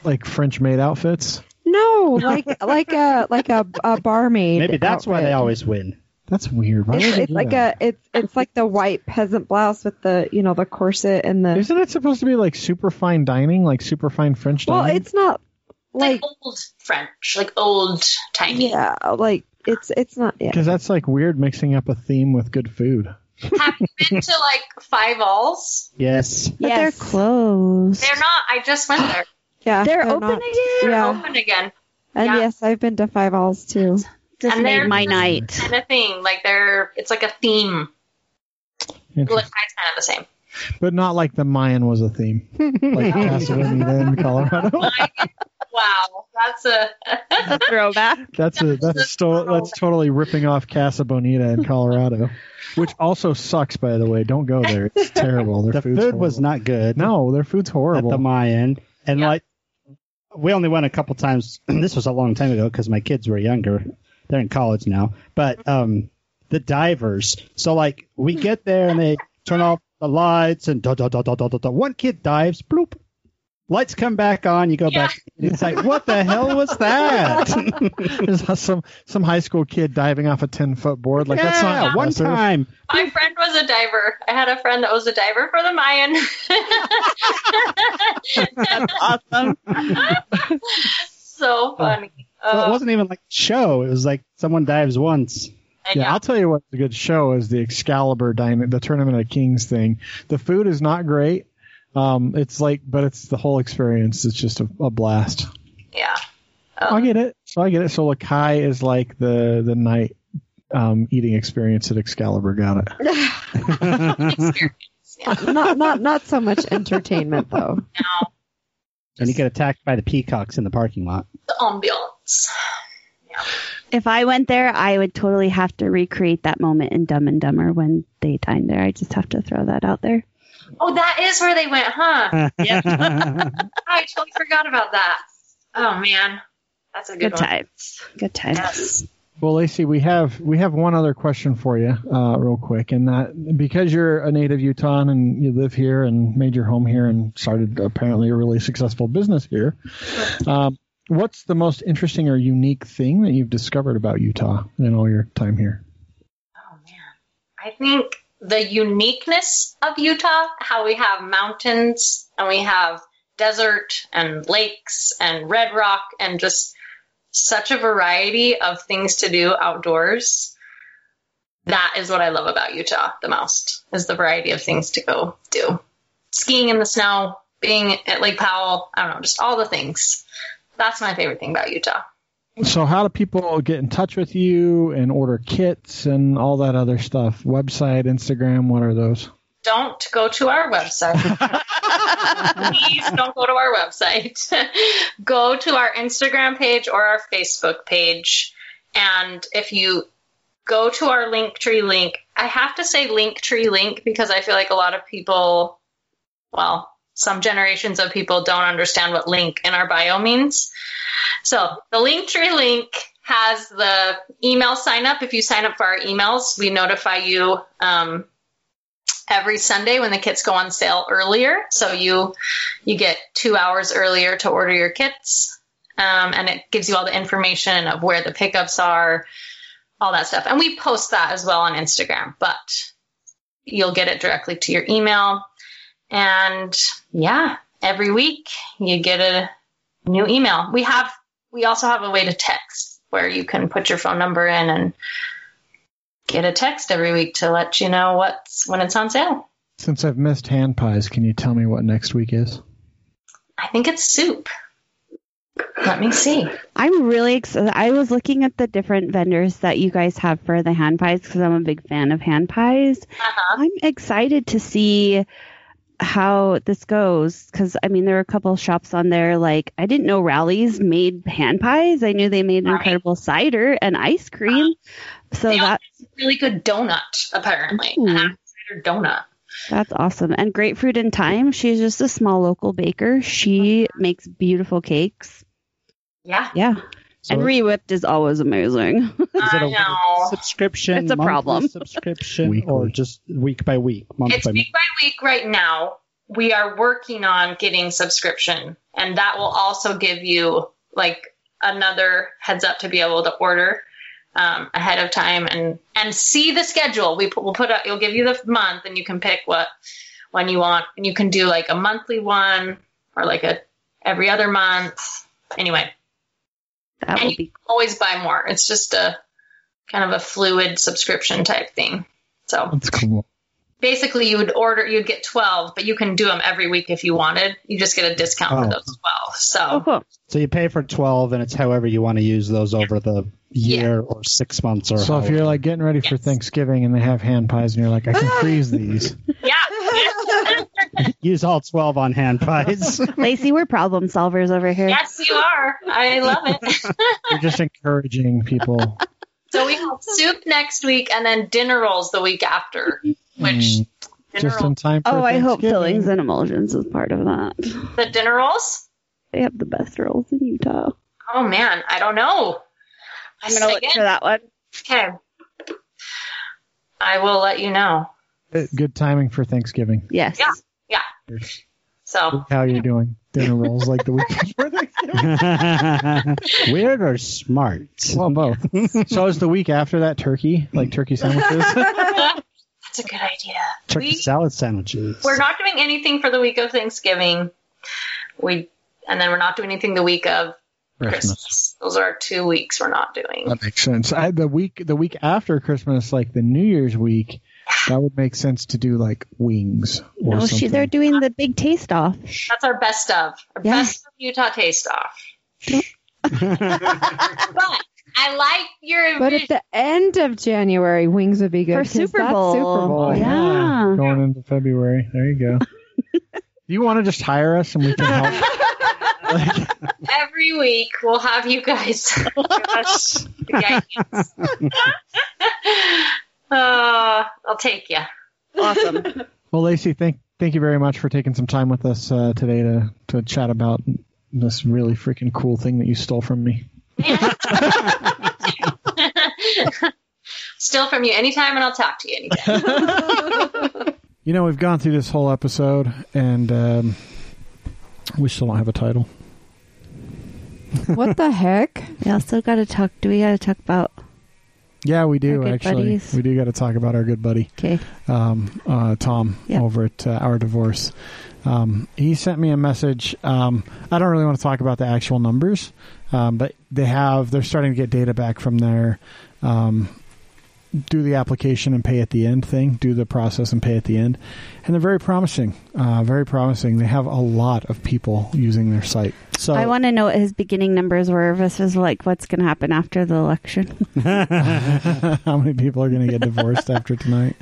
B: Like French maid outfits.
E: No, like like a like a, a barmaid.
D: Maybe that's why they
E: outfit.
D: always win.
B: That's weird. Why would
E: It's,
B: they
E: it's
B: do
E: like
B: that?
E: a it's it's like the white peasant blouse with the you know the corset and
F: Uh,
E: the.
B: Isn't it supposed to be like super fine dining, like super fine French
E: Well,
B: dining?
E: it's not like
F: like old French, like old tiny.
E: yeah, like it's it's not yeah.
B: because that's like weird mixing up a theme with good food.
F: Have you been to like Five Alls?
D: Yes.
E: Yes.
C: But they're closed.
F: They're not. I just went there.
E: Yeah,
C: They're open
E: not-
C: again? Oh,
F: They're
E: Yeah,
F: open again.
E: and
F: yeah.
E: yes, I've been to Five Alls too.
C: Just
F: And
C: made
F: they're-
C: my night.
F: Kind of thing. Like they're. It's like a theme.
B: Interesting.
F: Look, it's kind of the same.
B: But not like the Mayan was a theme, like Castlevania then Colorado.
F: Wow, that's a.
C: A throwback.
B: That's a that's sto- that's totally ripping off Casa Bonita in Colorado, which also sucks. By the way, don't go there; it's terrible. Their
D: The
B: food's
D: food was
B: horrible.
D: not good.
B: no, their food's
D: At
B: horrible.
D: the Mayan. And
F: Yeah.
D: like, we only went a couple times. this was a long time ago because my kids were younger. They're in college now. But um, the divers. So like, we get there and they turn off the lights and da da da da da da. da. One kid dives. Bloop. Lights come back on. You go
F: Yeah.
D: back. And it's like, what the hell was that?
B: There's some some high school kid diving off a ten foot board. Like that's
D: Yeah,
B: not
D: one
B: impressive.
D: time.
F: My friend was a diver. I had a friend that was a diver for the Mayan.
C: awesome.
F: so funny.
D: Well, it
F: Uh,
D: wasn't even like a show. It was like someone dives once.
F: I
B: Yeah,
F: know.
B: I'll tell you what's a good show is the Excalibur Dynam the Tournament of Kings thing. The food is not great. Um, it's like, but it's the whole experience. It's just a, a blast.
F: yeah.
B: I get it. So I get it. So Lakai is like the the night um, eating experience at Excalibur. Got it.
F: Oh, Experience. Yeah.
E: Not not not so much entertainment though.
F: Now
D: And you get attacked by the peacocks in the parking lot.
F: the ambiance.
C: If I went there, I would totally have to recreate that moment in Dumb and Dumber when they dined there. I just have to throw that out there.
F: Oh, that is where they went, huh? I totally forgot about that. Oh man, that's a good,
C: Good,
F: one.
C: times. Good times.
F: Yes.
B: Well, Lacey, we have we have one other question for you, uh, real quick, and that because you're a native Utahn and you live here and made your home here and started apparently a really successful business here, um, what's the most interesting or unique thing that you've discovered about Utah in all your time here?
F: Oh, I think the uniqueness of Utah, how we have mountains and we have desert and lakes and red rock and just such a variety of things to do outdoors. that is what I love about Utah the most is the variety of things to go do. Skiing in the snow, being at Lake Powell, I don't know, just all the things. That's my favorite thing about Utah.
B: So, how do people get in touch with you and order kits and all that other stuff? Website, Instagram, what are those?
F: Don't go to our website. Please don't go to our website. go to our Instagram page or our Facebook page. And if you go to our Linktree link. I have to say Linktree link because I feel like a lot of people, well, some generations of people don't understand what link in our bio means. So the Linktree link has the email sign up. If you sign up for our emails, we notify you um, every Sunday when the kits go on sale earlier. So you you get two hours earlier to order your kits, um, and it gives you all the information of where the pickups are all that stuff. And we post that as well on Instagram, but you'll get it directly to your email. And yeah, every week you get a new email. We have, we also have a way to text where you can put your phone number in and get a text every week to let you know what's when it's on sale.
B: Since I've missed hand pies, can you tell me what next week is?
F: I think it's soup. Let me see.
C: I'm really excited. I was looking at the different vendors that you guys have for the hand pies because I'm a big fan of hand pies.
F: Uh-huh.
C: I'm excited to see how this goes because I mean there were a couple shops on there like I didn't know Rallies made hand pies. I knew they made
F: Right. Uh-huh.
C: incredible cider and ice cream. So
F: They also
C: that's
F: make a really good donut, apparently.
C: Ooh.
F: An apple cider donut.
C: that's awesome. And Grapefruit and Time, she's just a small local baker. She
F: Uh-huh.
C: makes beautiful cakes.
F: Yeah.
C: Yeah. and re-whipped is always amazing.
D: Is it
F: I
D: a
F: know.
D: subscription?
C: It's a
D: monthly
C: problem.
D: Subscription
B: Weekly.
D: or just week by week, month
F: It's
D: by month.
F: week by week right now. We are working on getting subscription, and that will also give you like another heads up to be able to order um, ahead of time and and see the schedule. We put, we'll put up. It'll give you the month, and you can pick what when you want, and you can do like a monthly one or like a every other month. Anyway,
C: That
F: And
C: will
F: you
C: be
F: always buy more. It's just a kind of a fluid subscription type thing. So
B: That's cool.
F: basically you would order you'd get 12 but you can do them every week if you wanted you just get a discount
D: Oh.
F: for those 12 so
C: oh cool.
D: So you pay for twelve, and it's however you want to use those over the year or six months or.
B: So if
D: however.
B: you're like getting ready for
F: Yes.
B: Thanksgiving and they have hand pies and you're like, I
C: Ah!
B: can freeze these.
F: yeah
D: use all twelve on hand pies,
C: Lacey, we're problem solvers over here.
F: yes you are i love it
B: You're just encouraging people.
F: so we have soup next week and then dinner rolls the week after which
B: Mm,
F: dinner
B: just in
F: roll,
B: time for
C: Oh, I hope
B: Thanksgiving.
C: fillings and emulsions is part of that.
F: the dinner rolls
C: They have the best rolls in Utah.
F: oh man i don't know
C: I'm gonna look
F: Again,
C: for that one.
F: okay i will let you know
B: Good timing for Thanksgiving.
C: Yes.
F: Yeah. so
B: How you're doing? Dinner rolls like the week before Thanksgiving.
D: weird or smart?
B: Well, both. So is the week after that turkey, like turkey sandwiches?
F: that's a good idea
D: Turkey
F: We-
D: salad sandwiches.
F: We're not doing anything for the week of Thanksgiving. We and then we're not doing anything the week of Christmas. Those are our two weeks we're not doing.
B: That makes sense. I, the week the week after Christmas, like the New Year's week, that would make sense to do like wings or
C: No,
B: something.
C: Oh, she, they're doing the big taste off.
F: That's our best of. Our
C: Yeah.
F: best of Utah taste off. but I like your
E: But at
F: vision.
E: the end of January, wings would be good.
C: For
E: 'cause
C: Super
E: that's
C: Bowl. Oh,
E: Super Bowl.
C: Yeah.
B: Going into February. There you go. do you want to just hire us and we can help?
F: every week we'll have you guys give us the guidance. uh, I'll take you.
C: Awesome.
B: Well, Lacey, thank thank you very much for taking some time with us uh, today to to chat about this really freaking cool thing that you stole from me.
F: Still from you anytime, and I'll talk to you anytime.
B: You know, we've gone through this whole episode and um, we still don't have a title.
E: What the heck?
C: We also got to talk. Do we got to talk about?
B: Yeah, we do
C: Our good
B: actually.
C: buddies.
B: We do got to talk about our good buddy.
C: Okay.
B: um, uh, Tom
C: Yeah.
B: over at uh, Our Divorce. Um, he sent me a message. Um, I don't really want to talk about the actual numbers, um, but they have they're starting to get data back from their um, do the application and pay at the end thing, do the process and pay at the end. And they're very promising, uh, very promising. They have a lot of people using their site.
D: So
C: I want to know what his beginning numbers were. This is like what's going to happen after the election.
B: How many people are going to get divorced after tonight?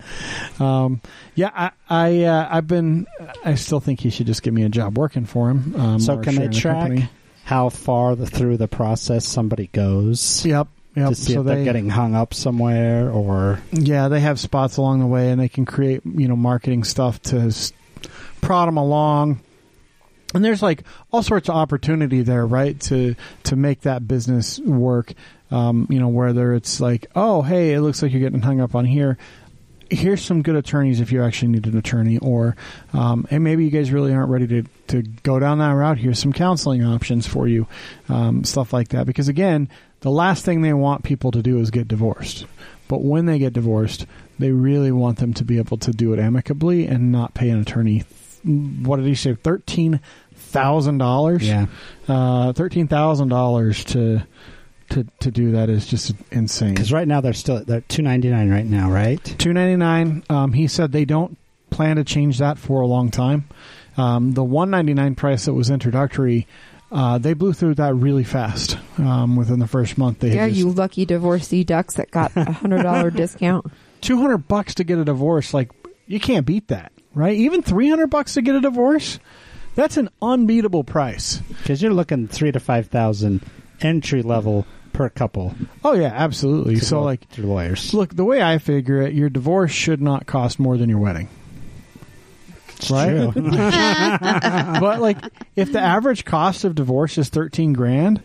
B: Um, yeah, I, I uh, I've been. I still think he should just give me a job working for him. Um,
D: so
B: or
D: can
B: share
D: they
B: in the
D: track
B: company.
D: how far the, through the process somebody goes
B: Yep, yep.
D: to see
B: so
D: if they're
B: they,
D: getting hung up somewhere or
B: Yeah, they have spots along the way, and they can create you know marketing stuff to s- prod them along. And there's like all sorts of opportunity there, right? To to make that business work. Um, you know, whether it's like, oh, hey, it looks like you're getting hung up on here. Here's some good attorneys if you actually need an attorney, or um, hey, maybe you guys really aren't ready to, to go down that route. Here's some counseling options for you, um, stuff like that. Because again, the last thing they want people to do is get divorced. But when they get divorced, they really want them to be able to do it amicably and not pay an attorney. What did he say? Thirteen thousand dollars.
D: yeah
B: uh, thirteen thousand dollars to to to do that is just insane.
D: because right now they're still they're 299 right now right
B: Two ninety nine. Um, he said they don't plan to change that for a long time. Um, the one ninety nine price that was introductory, uh, they blew through that really fast. Um, within the first month, they had
E: Yeah,
B: just-
E: you lucky divorcee ducks that got a hundred dollar discount.
B: two hundred bucks to get a divorce, like you can't beat that, right? Even three hundred bucks to get a divorce, that's an unbeatable price.
D: because you're looking three to five thousand entry level per couple
B: Oh yeah, absolutely.
D: to
B: So
D: go
B: like,
D: through lawyers
B: look, the way I figure it, your divorce should not cost more than your wedding.
D: It's
B: right?
D: true.
B: but like, if the average cost of divorce is thirteen grand,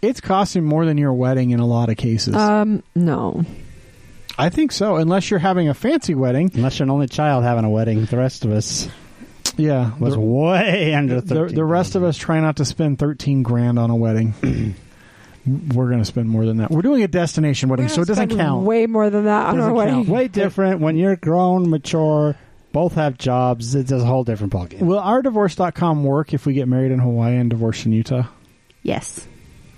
B: it's costing more than your wedding in a lot of cases.
E: Um, no,
B: I think so, unless you're having a fancy wedding.
D: unless you're an only child having a wedding the rest of us
B: Yeah,
D: was
B: the-
D: way under
B: the, the rest of us try not to spend 13 grand on a wedding we're going to spend more than that we're doing a destination wedding so it doesn't
E: Spend
B: count
E: Way more than that on our
B: Doesn't
E: wedding.
B: count.
D: way different when you're grown mature both have jobs it's a whole different ballgame
B: will our divorce.com work if we get married in hawaii and divorced in utah
C: yes.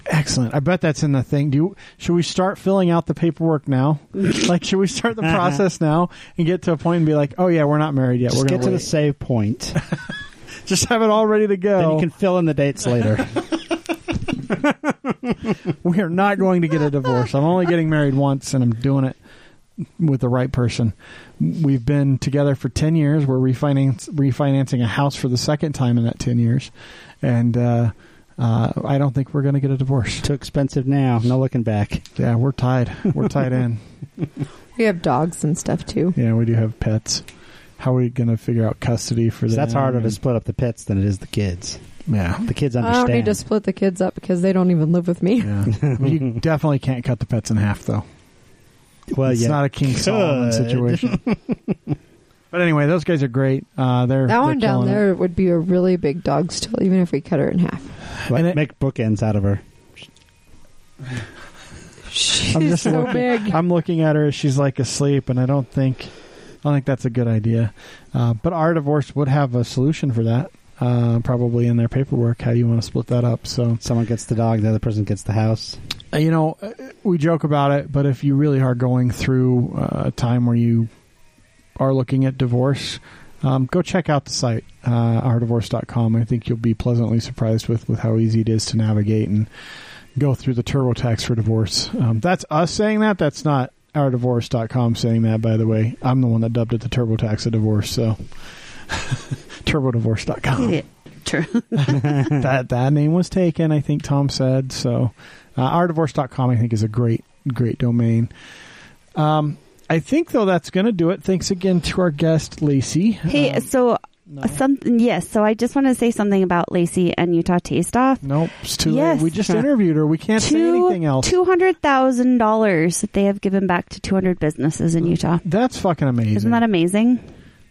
B: excellent i bet that's in the thing do you, should we start filling out the paperwork now like should we start
D: Uh-huh.
B: the process now and get to a point and be like oh yeah we're not married yet
D: just
B: we're going
D: get to the
B: wait.
D: save point
B: just have it all ready to go
D: then you can fill in the dates later
B: we are not going to get a divorce. I'm only getting married once, and I'm doing it with the right person. We've been together for ten years. We're refinance, refinancing a house for the second time in that ten years, and uh, uh, I don't think we're going to get a divorce.
D: too expensive now no looking back
B: Yeah, we're tied. We're tied in.
E: We have dogs and stuff too.
B: Yeah, we do have pets. How are we going to figure out custody for
D: 'Cause
B: them?
D: that's harder to split up the pets than it is the kids
B: Yeah.
D: the kids
E: I
D: understand
E: don't need to split the kids up because they don't even live with me.
B: Yeah. I mean, you definitely can't cut the pets in half, though.
D: well
B: it's
D: yeah
B: not a King Solomon
D: could.
B: situation. but anyway, those guys are great. Uh, they're
E: That
B: they're
E: one down
B: killing it.
E: there would be a really big dog still, even if we cut her in half.
D: Like,
B: And it-
D: make bookends out of her
E: She's
B: I'm just
E: so
B: looking-
E: big.
B: I'm looking at her. She's like asleep, and I don't think, I don't think that's a good idea. Uh, but our divorce would have a solution for that, uh, probably in their paperwork. How do you want to split that up? So
D: someone gets the dog the other person gets the house
B: uh, you know, uh, we joke about it, but if you really are going through uh, a time where you are looking at divorce, um, go check out the site, uh, ourdivorce.com. I think you'll be pleasantly surprised with, with how easy it is to navigate and go through the TurboTax for divorce. Um, that's us saying that. That's not ourdivorce.com saying that, by the way. I'm the one that dubbed it the TurboTax of divorce, so turbodivorce.com
C: Yeah, true.
B: that that name was taken, I think Tom said. So uh, ourdivorce.com I think is a great great domain. Um I think though that's going to do it. Thanks again to our guest Lacey.
C: Hey,
B: Um,
C: so
B: no.
C: something. Yes. So I just want to say something about Lacey and Utah Taste Off.
B: Nope, it's too
C: Yes.
B: late. We just interviewed her. We can't say anything else.
C: Two hundred thousand dollars that they have given back to two hundred businesses in Utah.
B: That's fucking amazing.
C: Isn't that amazing?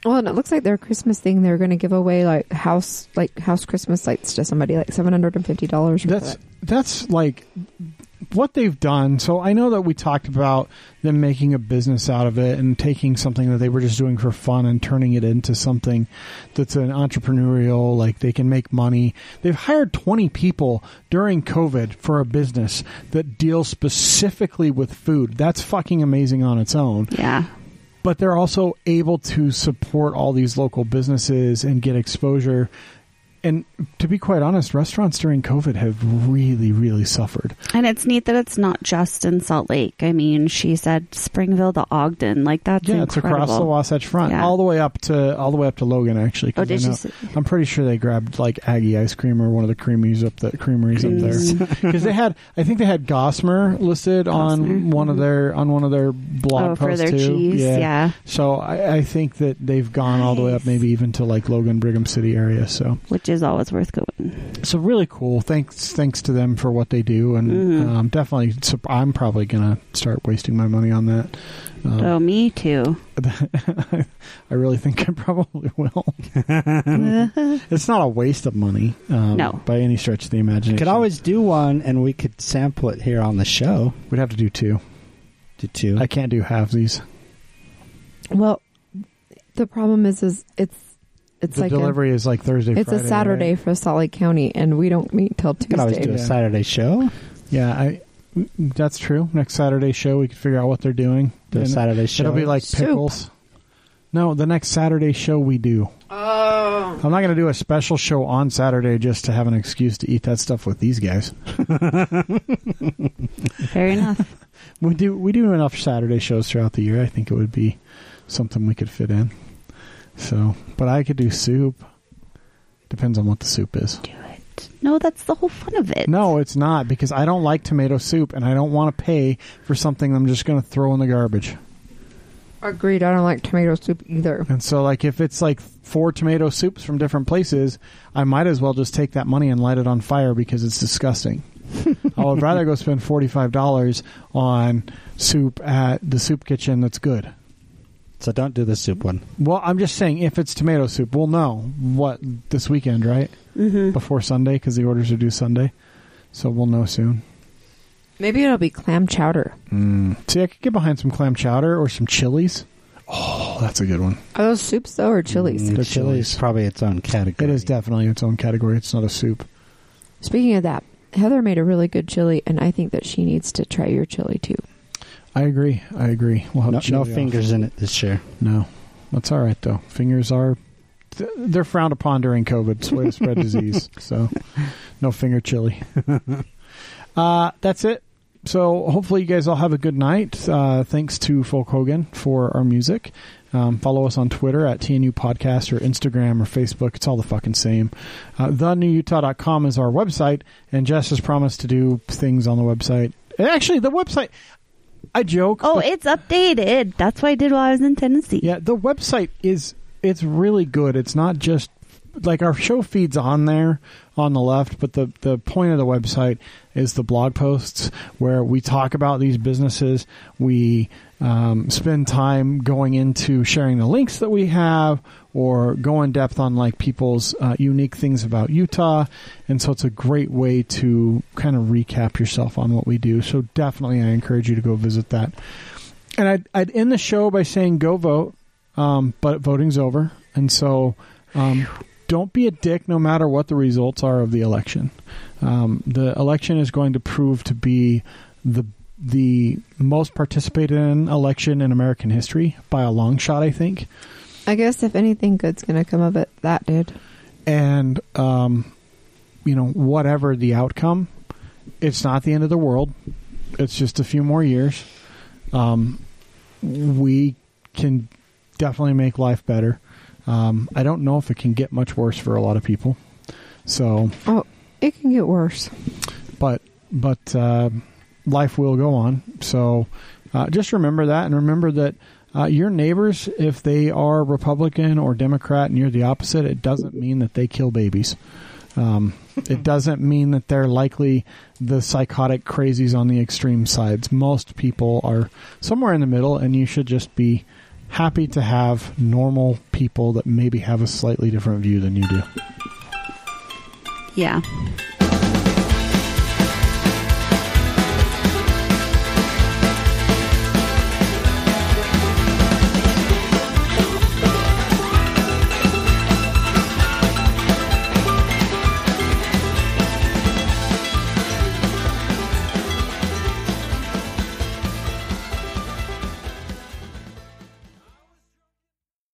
E: Well, and it looks like their Christmas thing, they're going to give away like house, like house Christmas lights to somebody, like seven hundred and fifty dollars.
B: that's that's like what they've done. So I know that we talked about them making a business out of it and taking something that they were just doing for fun and turning it into something that's an entrepreneurial, like they can make money. They've hired 20 people during COVID for a business that deals specifically with food. That's fucking amazing on its own
C: Yeah.
B: but they're also able to support all these local businesses and get exposure. And to be quite honest, restaurants during COVID have really, really suffered.
C: And it's neat that it's not just in Salt Lake. I mean, she said Springville to Ogden. Like that's
B: yeah, it's
C: incredible.
B: across the Wasatch Front,
C: Yeah.
B: all the way up to all the way up to Logan. Actually, 'cause
C: Oh,
B: I
C: did you
B: know-
C: see-
B: I'm pretty sure they grabbed like Aggie ice cream or one of the creameries up the creameries up there because they had. I think they had Gossamer listed on
C: Gossamer. mm-hmm.
B: one of their on one of their blog
C: Oh, for
B: posts
C: their
B: too.
C: cheese, yeah.
B: So I, I think that they've gone all the way up,
C: Nice.
B: maybe even to like Logan Brigham City area. So
C: which is always worth going.
B: so really cool. Thanks, thanks to them for what they do, and
E: Mm-hmm.
B: um, definitely, sup- I'm probably gonna start wasting my money on that. Um,
C: oh, me too.
B: I really think I probably will. it's not a waste of money, um,
C: No.
B: by any stretch of the
D: We
B: imagination.
D: could always do one, and we could sample it here on the show.
B: we'd have to do two.
D: Do two.
B: I can't do halvesies.
E: Well, the problem is, is it's it's
B: the
E: like a,
B: delivery is like Thursday.
E: it's
B: Friday,
E: a Saturday
B: right?
E: for Salt Lake County, and we don't meet till
D: could always do
E: Tuesday.
D: a Saturday show.
B: Yeah, I. That's true. Next Saturday show, we could figure out what they're doing.
D: Do a
B: And
D: Saturday show.
B: It'll be like
E: Soup.
B: pickles. No, the next Saturday show we do. Oh. I'm not going to do a special show on Saturday just to have an excuse to eat that stuff with these guys.
C: Fair enough.
B: We do we do enough Saturday shows throughout the year. I think it would be something we could fit in. So, but I could do soup. Depends on what the soup is.
C: Do it. No, that's the whole fun of it.
B: No, it's not because I don't like tomato soup and I don't want to pay for something I'm just going to throw in the garbage.
E: Agreed. I don't like tomato soup either.
B: And so, like, if it's like four tomato soups from different places, I might as well just take that money and light it on fire because it's disgusting. I would rather go spend $45 on soup at the soup kitchen that's good.
D: so don't do the soup one.
B: Well, I'm just saying if it's tomato soup, we'll know what this weekend, right? Mm-hmm. Before Sunday, because the orders are due Sunday. So we'll know soon.
E: Maybe it'll be clam chowder.
B: Mm. See, I could get behind some clam chowder or some chilies. Oh, that's a good one.
E: Are those soups though, or chilies?
D: Mm,
B: They're
D: chili
B: chilies.
D: is probably its own
B: It
D: category.
B: is definitely its own category. It's not a soup.
E: Speaking of that, Heather made a really good chili, and I think that she needs to try your chili too.
B: I agree. I agree. We'll have
D: No,
B: chili
D: no
B: off.
D: fingers in it this year.
B: No, that's all right though. Fingers are th- they're frowned upon during COVID. It's a way to spread disease. So no finger chili. uh, that's it. So hopefully you guys all have a good night. Uh, thanks to Folk Hogan for our music. Um, follow us on Twitter at TNU Podcast or Instagram or Facebook. It's all the fucking same. Uh, TheNewUtah.com is our website, and Jess has promised to do things on the website. Actually, the website, I joke.
C: Oh,
B: but-
C: it's updated. That's what I did while I was in Tennessee.
B: yeah, the website is it's really good. It's not just like our show feeds on there on the left, but the the point of the website is the blog posts where we talk about these businesses. We um, spend time going into sharing the links that we have or go in depth on like people's uh, unique things about Utah, and so it's a great way to kind of recap yourself on what we do. So definitely, I encourage you to go visit that and I'd, I'd end the show by saying go vote, um, but voting's over, and so um, don't be a dick no matter what the results are of the election. Um, the election is going to prove to be the the most participated in election in American history by a long shot, I think.
E: I guess if anything good's gonna come of it, that did.
B: and um, you know whatever the outcome, it's not the end of the world. It's just a few more years. Um, we can definitely make life better. Um, I don't know if it can get much worse for a lot of people. So,
E: Oh, it can get worse.
B: but but uh, life will go on. So uh, just remember that, and remember that uh, your neighbors, if they are Republican or Democrat, and you're the opposite, it doesn't mean that they kill babies. Um, it doesn't mean that they're likely the psychotic crazies on the extreme sides. Most people are somewhere in the middle, and you should just be happy to have normal people that maybe have a slightly different view than you do.
C: Yeah.